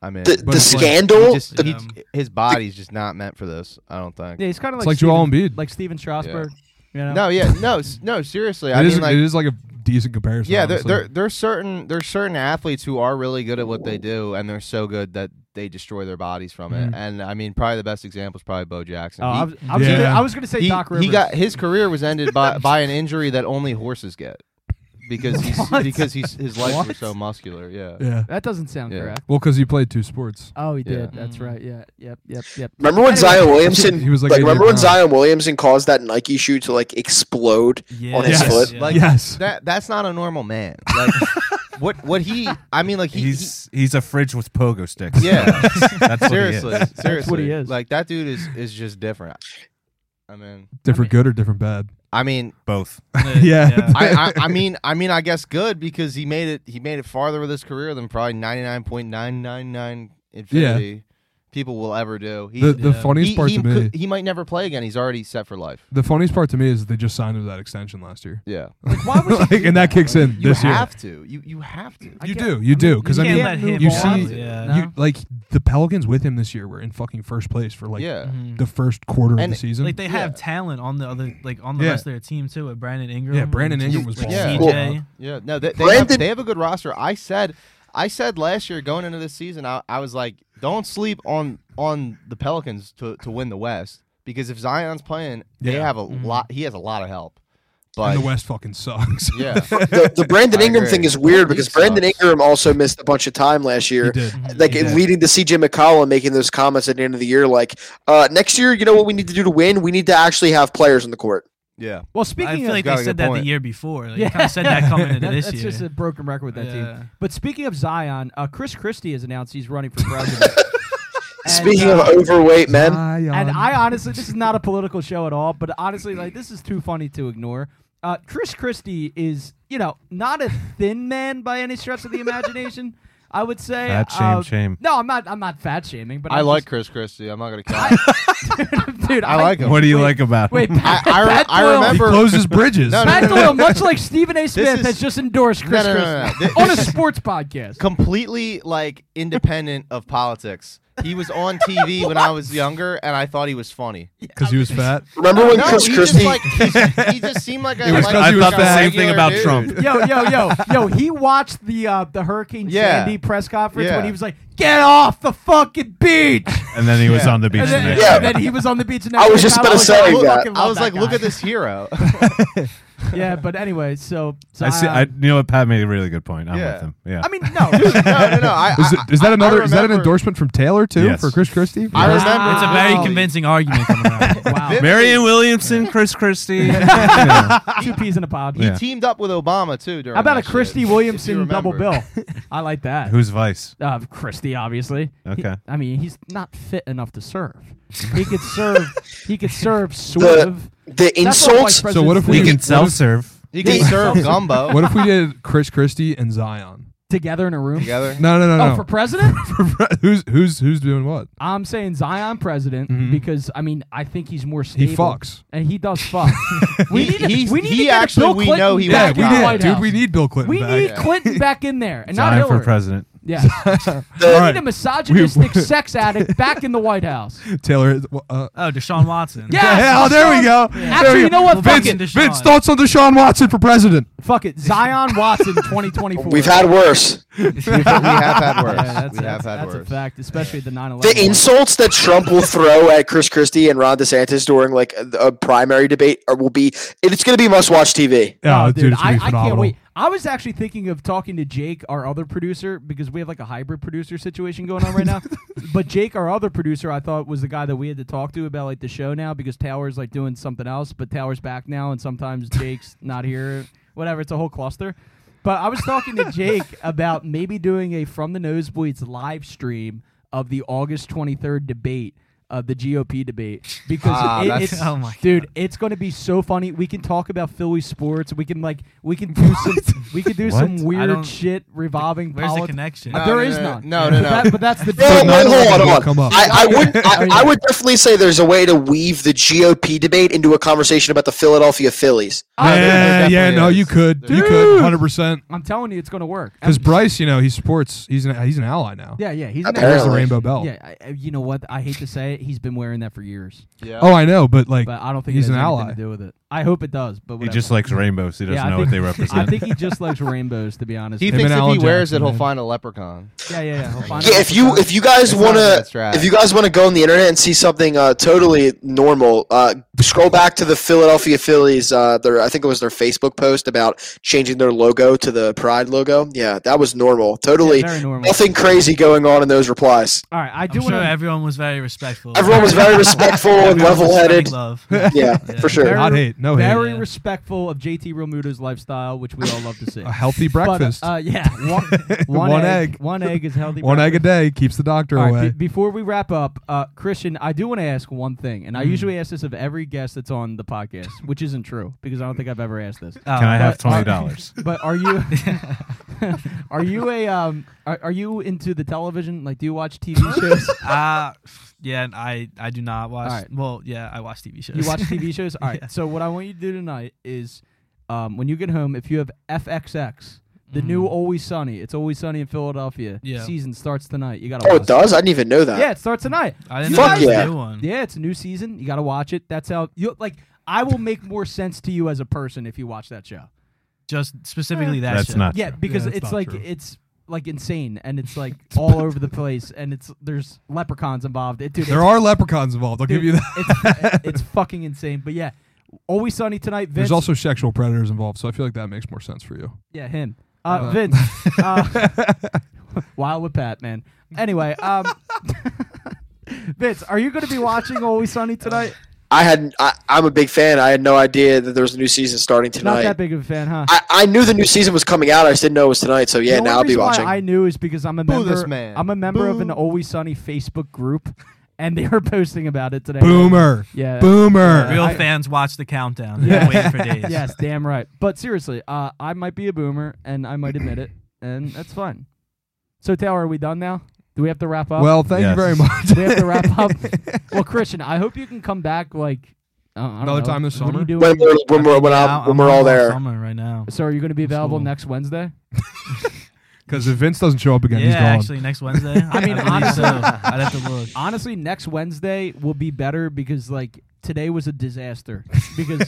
I mean,
The, the
it's like-
scandal,
he just,
the-
he-
Um,
his body's just not meant for this. I don't think.
Yeah, he's kind of
It's
like
like
Steven,
Joel Embiid.
like Steven Strasburg. You know?
No, yeah, no, s- no. Seriously, I
it,
mean,
is,
like,
it is like a decent comparison.
yeah, there,
honestly.
there, there's certain there's certain athletes who are really good at what they do, and they're so good that they destroy their bodies from it. And I mean, probably the best example is probably Bo Jackson.
Mm-hmm. Oh, I
He-
was, I was
Yeah.
gonna, I was gonna say
he,
Doc Rivers.
he got his career was ended by, by an injury that only horses get because he's
What?
because he's his legs were
What?
so muscular. Yeah.
Yeah.
that doesn't sound
Yeah.
correct.
Well, because he played two sports.
Oh, he
Yeah. Mm-hmm.
did. That's right. Yeah. Yep. Yep. Yep.
Remember when
Anyway.
Zion Williamson?
He was like
like remember when
89.
Zion Williamson caused that Nike shoe to like explode?
Yeah.
On his
Yes.
foot?
Yeah.
Like
yes.
that that's not a normal man. Like what what he I mean like he,
he's he's a fridge with pogo sticks.
he- yeah.
that's what he is.
seriously, seriously.
what he is.
Like that dude is is just different. I mean
different good or different bad.
I mean
Both.
Yeah.
I, I, I mean I mean I guess good because he made it he made it farther with his career than probably ninety nine point nine nine nine infinity people will ever do. He,
The, the
Yeah.
funniest
he,
part
he
to me.
could- he might never play again. He's already set for life.
the funniest part to me is that they just signed him to that extension last year.
Yeah.
Why would you
Like, and that kicks in
You
this year.
have to. You you have to.
I
you
can't-
do, you do, because I
can't
mean,
let him
you
on.
see,
Yeah.
you like the Pelicans with him this year were in fucking first place for like
yeah.
Mhm.
the first quarter of
And,
the season.
Like they have
Yeah.
talent on the other, like on the
Yeah.
rest of their team too. With Brandon Ingram,
Yeah, Brandon
and
Ingram
just,
was
like,
balling
CJ.
out.
Yeah. No, they, they, have,
Brandon-
they have a good roster. I said I said last year going into this season, I, I was like, don't sleep on on the Pelicans to, to win the West. Because if Zion's playing, they
Yeah. Mm-hmm.
have a lot he has a lot of help. But
and the West fucking sucks.
yeah.
The, the Brandon
I
Ingram
agree.
thing is weird
He
because Brandon
sucks.
Ingram also missed a bunch of time last year.
he did.
like
He did.
leading to CJ McCollum making those comments at the end of the year, like uh, next year, you know what we need to do to win? We need to actually have players on the court.
yeah.
Well,
I
speaking
feel
of
like
Got
they
a
said
good
that
point.
the year before. Like, They kind of said that coming into
That-
this
that's
year.
just a broken record with that
Yeah.
team. But speaking of Zion, uh, Chris Christie has announced he's running for president. And,
Speaking
uh,
of overweight men,
Zion.
and I honestly, this is not a political show at all, but honestly, like this is too funny to ignore. Uh, Chris Christie is, you know, not a thin man by any stretch of the imagination. I would say
Fat shame,
uh,
shame.
No, I'm not. I'm not fat shaming, but
I
I'm
like Chris Christie. I'm not gonna count.
just, dude.
I like him.
What do you
Wait,
like about
Wait,
him?
Pat,
I- I re-
Pat
I
Doyle-
he
remember-
closes bridges.
No, no,
Pat Doyle, much like Stephen A. Smith,
is-
has just endorsed Chris
no, no, no, no.
Christie
Thi-
on a
this is-
sports podcast.
completely like independent of politics. He was on TV when I was younger, and I thought he was funny.
because he was fat.
remember when
no,
Chris
he
Christie?
Just, like, he, just, he just seemed like a,
was
like,
because
I
he was
thought the
fat.
same thing
regular
about
dude.
Trump.
yo, yo, yo, yo, he watched the uh, the Hurricane
Yeah.
Sandy press conference
Yeah.
when he was like, "Get off the fucking beach,"
And then he was
Yeah.
on the beach.
and
the
then,
next
Yeah.
and
day.
then he was on the beach. And
I was just
I
about to
was
say
like,
that.
fucking love
I was
that
like, look
guy.
at this hero.
Yeah, but anyway, so, so
I see. I, you know what? Pat made a really good point. I'm
Yeah.
with him. Yeah.
I mean, no,
no, no, no. I,
Is,
I-
it, is that
I-
another?
I
is that an
remember-
endorsement from Taylor too
Yes.
for Chris Christie?
I
It's-
remember.
It's a very
Wow.
convincing argument coming around.
wow,
Viv-
Marion Williamson, Chris Christie. Yeah.
two peas in a pod.
He
Yeah.
teamed up with Obama too. During
How about a
that shit,
Christie
if you
Williamson
remember.
double bill? I like that.
Who's Vice?
Uh, Christie, obviously. He-
Okay.
I mean, he's not fit enough to serve. He could serve. he could serve sort of.
the
That's what
insults.
white
So what if
presidents
we
He
do
What
can
if-
self serve.
He can serve gumbo
What if we did Chris Christie and Zion?
together in a room?
together.
No, no, no,
Oh,
no.
for president?
who's who's who's doing what?
I'm saying Zion president
Mm-hmm.
because I mean I think he's more
He
stable.
fucks.
and he does fuck. we
He-
need to,
he's-
we need to
he
get
actually-
Bill
we
Clinton
know he
back
went
in the
back.
White
dude.
House.
We need Bill Clinton
We
back.
need Clinton back in there and
Zion
not
for
Hillary.
president.
Yeah,
The,
we need a misogynistic sex addict back in the White House.
Taylor. Uh,
Oh, Deshaun Watson.
Yeah.
oh, there we
Yeah.
go. There
Actually,
we
you know what?
go. Vince,
Fucking Deshaun.
Vince, thoughts on Deshaun Watson for president?
Fuck it, Zion Watson, 2024.
we've had worse.
we have had worse.
Yeah, that's,
we have
that's,
had
that's
worse.
a fact, especially the 9/11.
The insults that Trump will throw at Chris Christie and Ron DeSantis during like a, a primary debate are, will be. It's going to be must-watch TV.
Oh,
Yeah,
dude,
it's gonna
I,
be
I can't
phenomenal.
wait. I was actually thinking of talking to Jake, our other producer, because we have like a hybrid producer situation going on right now. but Jake, our other producer, I thought was the guy that we had to talk to about like the show now because Tower's like doing something else, but Tower's back now, and sometimes Jake's not here. Whatever, it's a whole cluster. But I was talking to Jake about maybe doing a From the Nosebleeds live stream of the August 23rd debate. Of the GOP debate because
Ah,
it-
that's-
it's
Oh my
dude, it's going to be so funny. We can talk about Philly sports. We can like we can do some we can do
What?
some
I
weird
don't-
shit revolving
Where's the
politics.
connection?
Uh,
No,
there
no,
is
no,
none.
no, no,
But that-
no.
but that's the
Well,
thing.
no,
wait,
none of
hold
them
on,
will
hold
come
on.
up.
I, I would, I, I would definitely say there's a way to weave the GOP debate into a conversation about the Philadelphia Phillies.
Oh, there-
yeah, yeah,
there definitely
no,
is.
you could, you
Dude.
could, hundred percent.
I'm telling you, it's going to work.
Because Bryce, you know, he's sports. He's an he's an ally now.
yeah, yeah, he's an
Apparently.
There's the
asshole.
rainbow belt.
Yeah, I- I, you know what? I hate to say it, he's been wearing that for years,
Yeah.
Oh, I know, but like,
but uh, I don't think
He's
it has
an
anything
ally.
to do with it. I I hope it does. But
He
whatever.
just likes rainbows. He doesn't
Yeah, I
know
think-
what they
I
represent.
think he just likes rainbows, to be honest.
He
with you.
and
thinks if
Alan
he wears it,
Jackson,
he'll
man.
find a leprechaun.
yeah, yeah, yeah. I'll find
Yeah,
out
if
what
you
time.
if you guys
It's not
want
a
to
bad strat.
if you guys want to go on the internet and see something uh, totally normal, uh, scroll back to the Philadelphia Phillies. Uh, their I think it was their Facebook post about changing their logo to the Pride logo. Yeah, that was normal. Totally
very normal.
nothing crazy going on in those replies.
All right, I
I'm
do
sure
want to.
everyone was very respectful.
Everyone was very respectful and
Everyone was
level-headed.
spreading Love.
Yeah, for sure.
Not hate, no hate.
Very
Yeah.
respectful of JT Realmuto's lifestyle, which we all love to see.
A healthy breakfast.
But, uh, yeah, one, one
One
egg,
egg.
One egg is healthy.
One egg a
breakfast.
day keeps the doctor
All right,
away.
be- before we wrap up, uh, Christian, I do want to ask one thing,
Mm.
and I usually ask this of every guest that's on the podcast, which isn't true because I don't think I've ever asked this.
Oh,
Can I have
but-
twenty dollars?
But are you are you a um are, are you into the television? Like, do you watch TV shows?
Uh, yeah, and I I do not watch.
All right.
Well, yeah, I watch TV shows.
you watch TV shows. All right. So what I want you to do tonight is, um, when you get home, if you have FXX, the
Mm.
new Always Sunny, it's Always Sunny in Philadelphia.
Yeah.
Season starts tonight. You gotta.
Oh,
watch
it does. I didn't even know that.
Yeah, it starts tonight.
Um.
I didn't
You
know
Fuck
there was a
yeah.
new one.
Yeah, it's a new season. You got to watch it. That's how you like. I will make more sense to you as a person if you watch that show.
Just specifically that.
That's
show.
not
Yeah,
true.
because
Yeah, it's
it's
not
like
true.
it's like insane and it's like all over the place and it's there's leprechauns involved. It, dude,
there
it's,
are leprechauns involved. I'll give you
dude,
that.
it's, it's fucking insane. But yeah, always sunny tonight. Vince,
There's also sexual predators involved, so I feel like that makes more sense for you.
yeah him.
Uh-huh.
Uh, Vince, uh, wild with Pat, man. Anyway, um, Vince, are you going to be watching Always
Uh,
Sunny tonight?
I had. I, I'm a big fan. I had no idea that there was a new season starting
Not
tonight.
that big of a fan, huh?
I, I knew the new season was coming out. I just didn't know it was tonight. So yeah,
the only
now I'll be
reason why
watching.
I knew is because I'm a
Boo
member.
this man.
I'm a member of an
Boo.
Always Sunny Facebook group, and they were posting about it today.
Boomer.
Yeah.
Boomer.
Real
I-
fans watch the countdown. They've been waiting for days.
Yes, damn right. But seriously, uh, I might be a boomer, and I might admit it, and that's fine. So Taylor, are we done now? Do we have to wrap up?
Well, thank you
Yes.
very much.
we have to wrap up. well, Christian, I hope you can come back like uh, I don't
Another
know.
time this
What are you
summer?
doing?
when we're when we're, when,
Yeah,
I, when
I'm
we're
on
all
all
there.
Summer right now.
so are you going to be available
Cool.
next Wednesday?
Because if Vince doesn't show up again,
yeah,
he's gone.
actually, next Wednesday. I
mean,
mean,
honestly-
honestly, I'd have to look.
Honestly, next Wednesday will be better because like today was a disaster because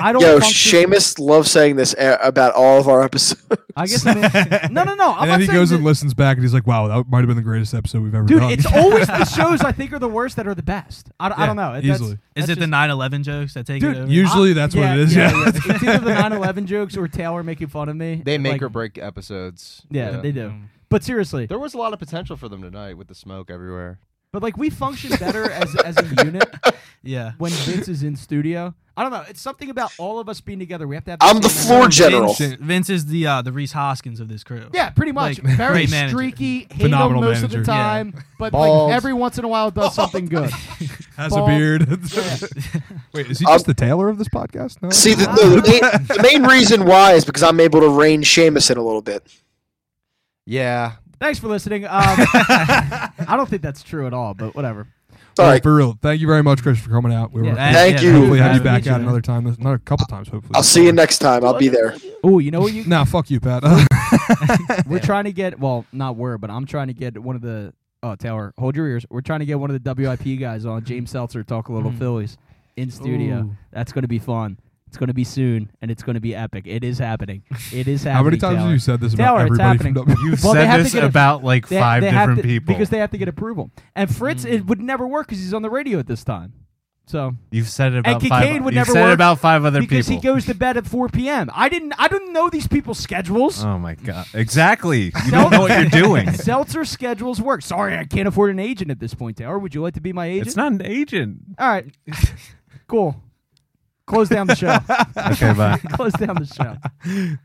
I don't.
Yo,
function-
Seamus loves saying this a- about all of our episodes.
I guess I mean, no, no, no. I'm not
and then he
saying
goes
that-
and listens back, and he's like, "Wow, that might have been the greatest episode we've ever
Dude,
done."
it's always the shows I think are the worst that are the best. I, I don't know. That's-
easily. Is
Is
that's
it the
just-
9/11 jokes that take
Dude,
it over?
you- Usually that's what it is, yeah.
It's either the 9/11 jokes or Taylor making fun of me.
They make
Like,
or break episodes.
Yeah, they do.
Mm.
But seriously,
There was a lot of potential for them tonight with the smoke everywhere.
but like we function better as as a unit
yeah.
when Vince is in studio. I don't know. It's something about all of us being together. We have to have.
I'm the
same
floor
energy.
general.
Vince, Vince is the uh, the Reese Hoskins of this crew.
Yeah, pretty much.
Like,
Very
great manager.
streaky, hate him
Phenomenal
most of the
manager.
Yeah.
time, but
Bald.
like every once in a while does something good.
Has
Bald.
a beard. Wait, is he
Um,
just the tailor of this podcast? No.
See, the, the, the, main, the main reason why is because I'm able to rein Seamus in a little bit.
Yeah.
Thanks for listening. Um, I don't think that's true at all, but whatever.
Well,
Sorry,
for real. Thank you very much, Chris, for coming out. We were
Yeah,
Thank,
Thank you.
hopefully have
nice
you
to
back
meet you,
out
man.
another time, this- another couple times, hopefully.
I'll see you next time. I'll be there.
Oh, you know what you
Nah, fuck you, Pat.
We're trying to get well, not we're, but I'm trying to get one of the oh Taylor, hold your ears. We're trying to get one of the WIP guys on James Seltzer talk a little
Mm.
Phillies in studio.
Ooh.
That's going to be fun. It's going to be soon, and it's going to be epic. It is happening. It is happening.
How many times
Taylor.
have you said this
Taylor,
about
it's
everybody
happening.
from W?
You've
Well, they have
said
to
this
get a-
about like
They-
five
they have
different
to-
people. Mm.
because they have to get approval. And Fritz, it would never work because he's on the radio at this time. So
You've said it about
Kincaid
five.
would
you've
never
said
work
it about five other
because he
people.
goes to bed at 4 p.m. I didn't. I didn't know these people's schedules.
oh my god! Exactly. You don't know what you're doing.
Seltzer schedules work. Sorry, I can't afford an agent at this point, Taylor. Would you like to be my agent?
It's not an agent.
All right. cool. Close down the show.
Okay, bye.
Close down the show.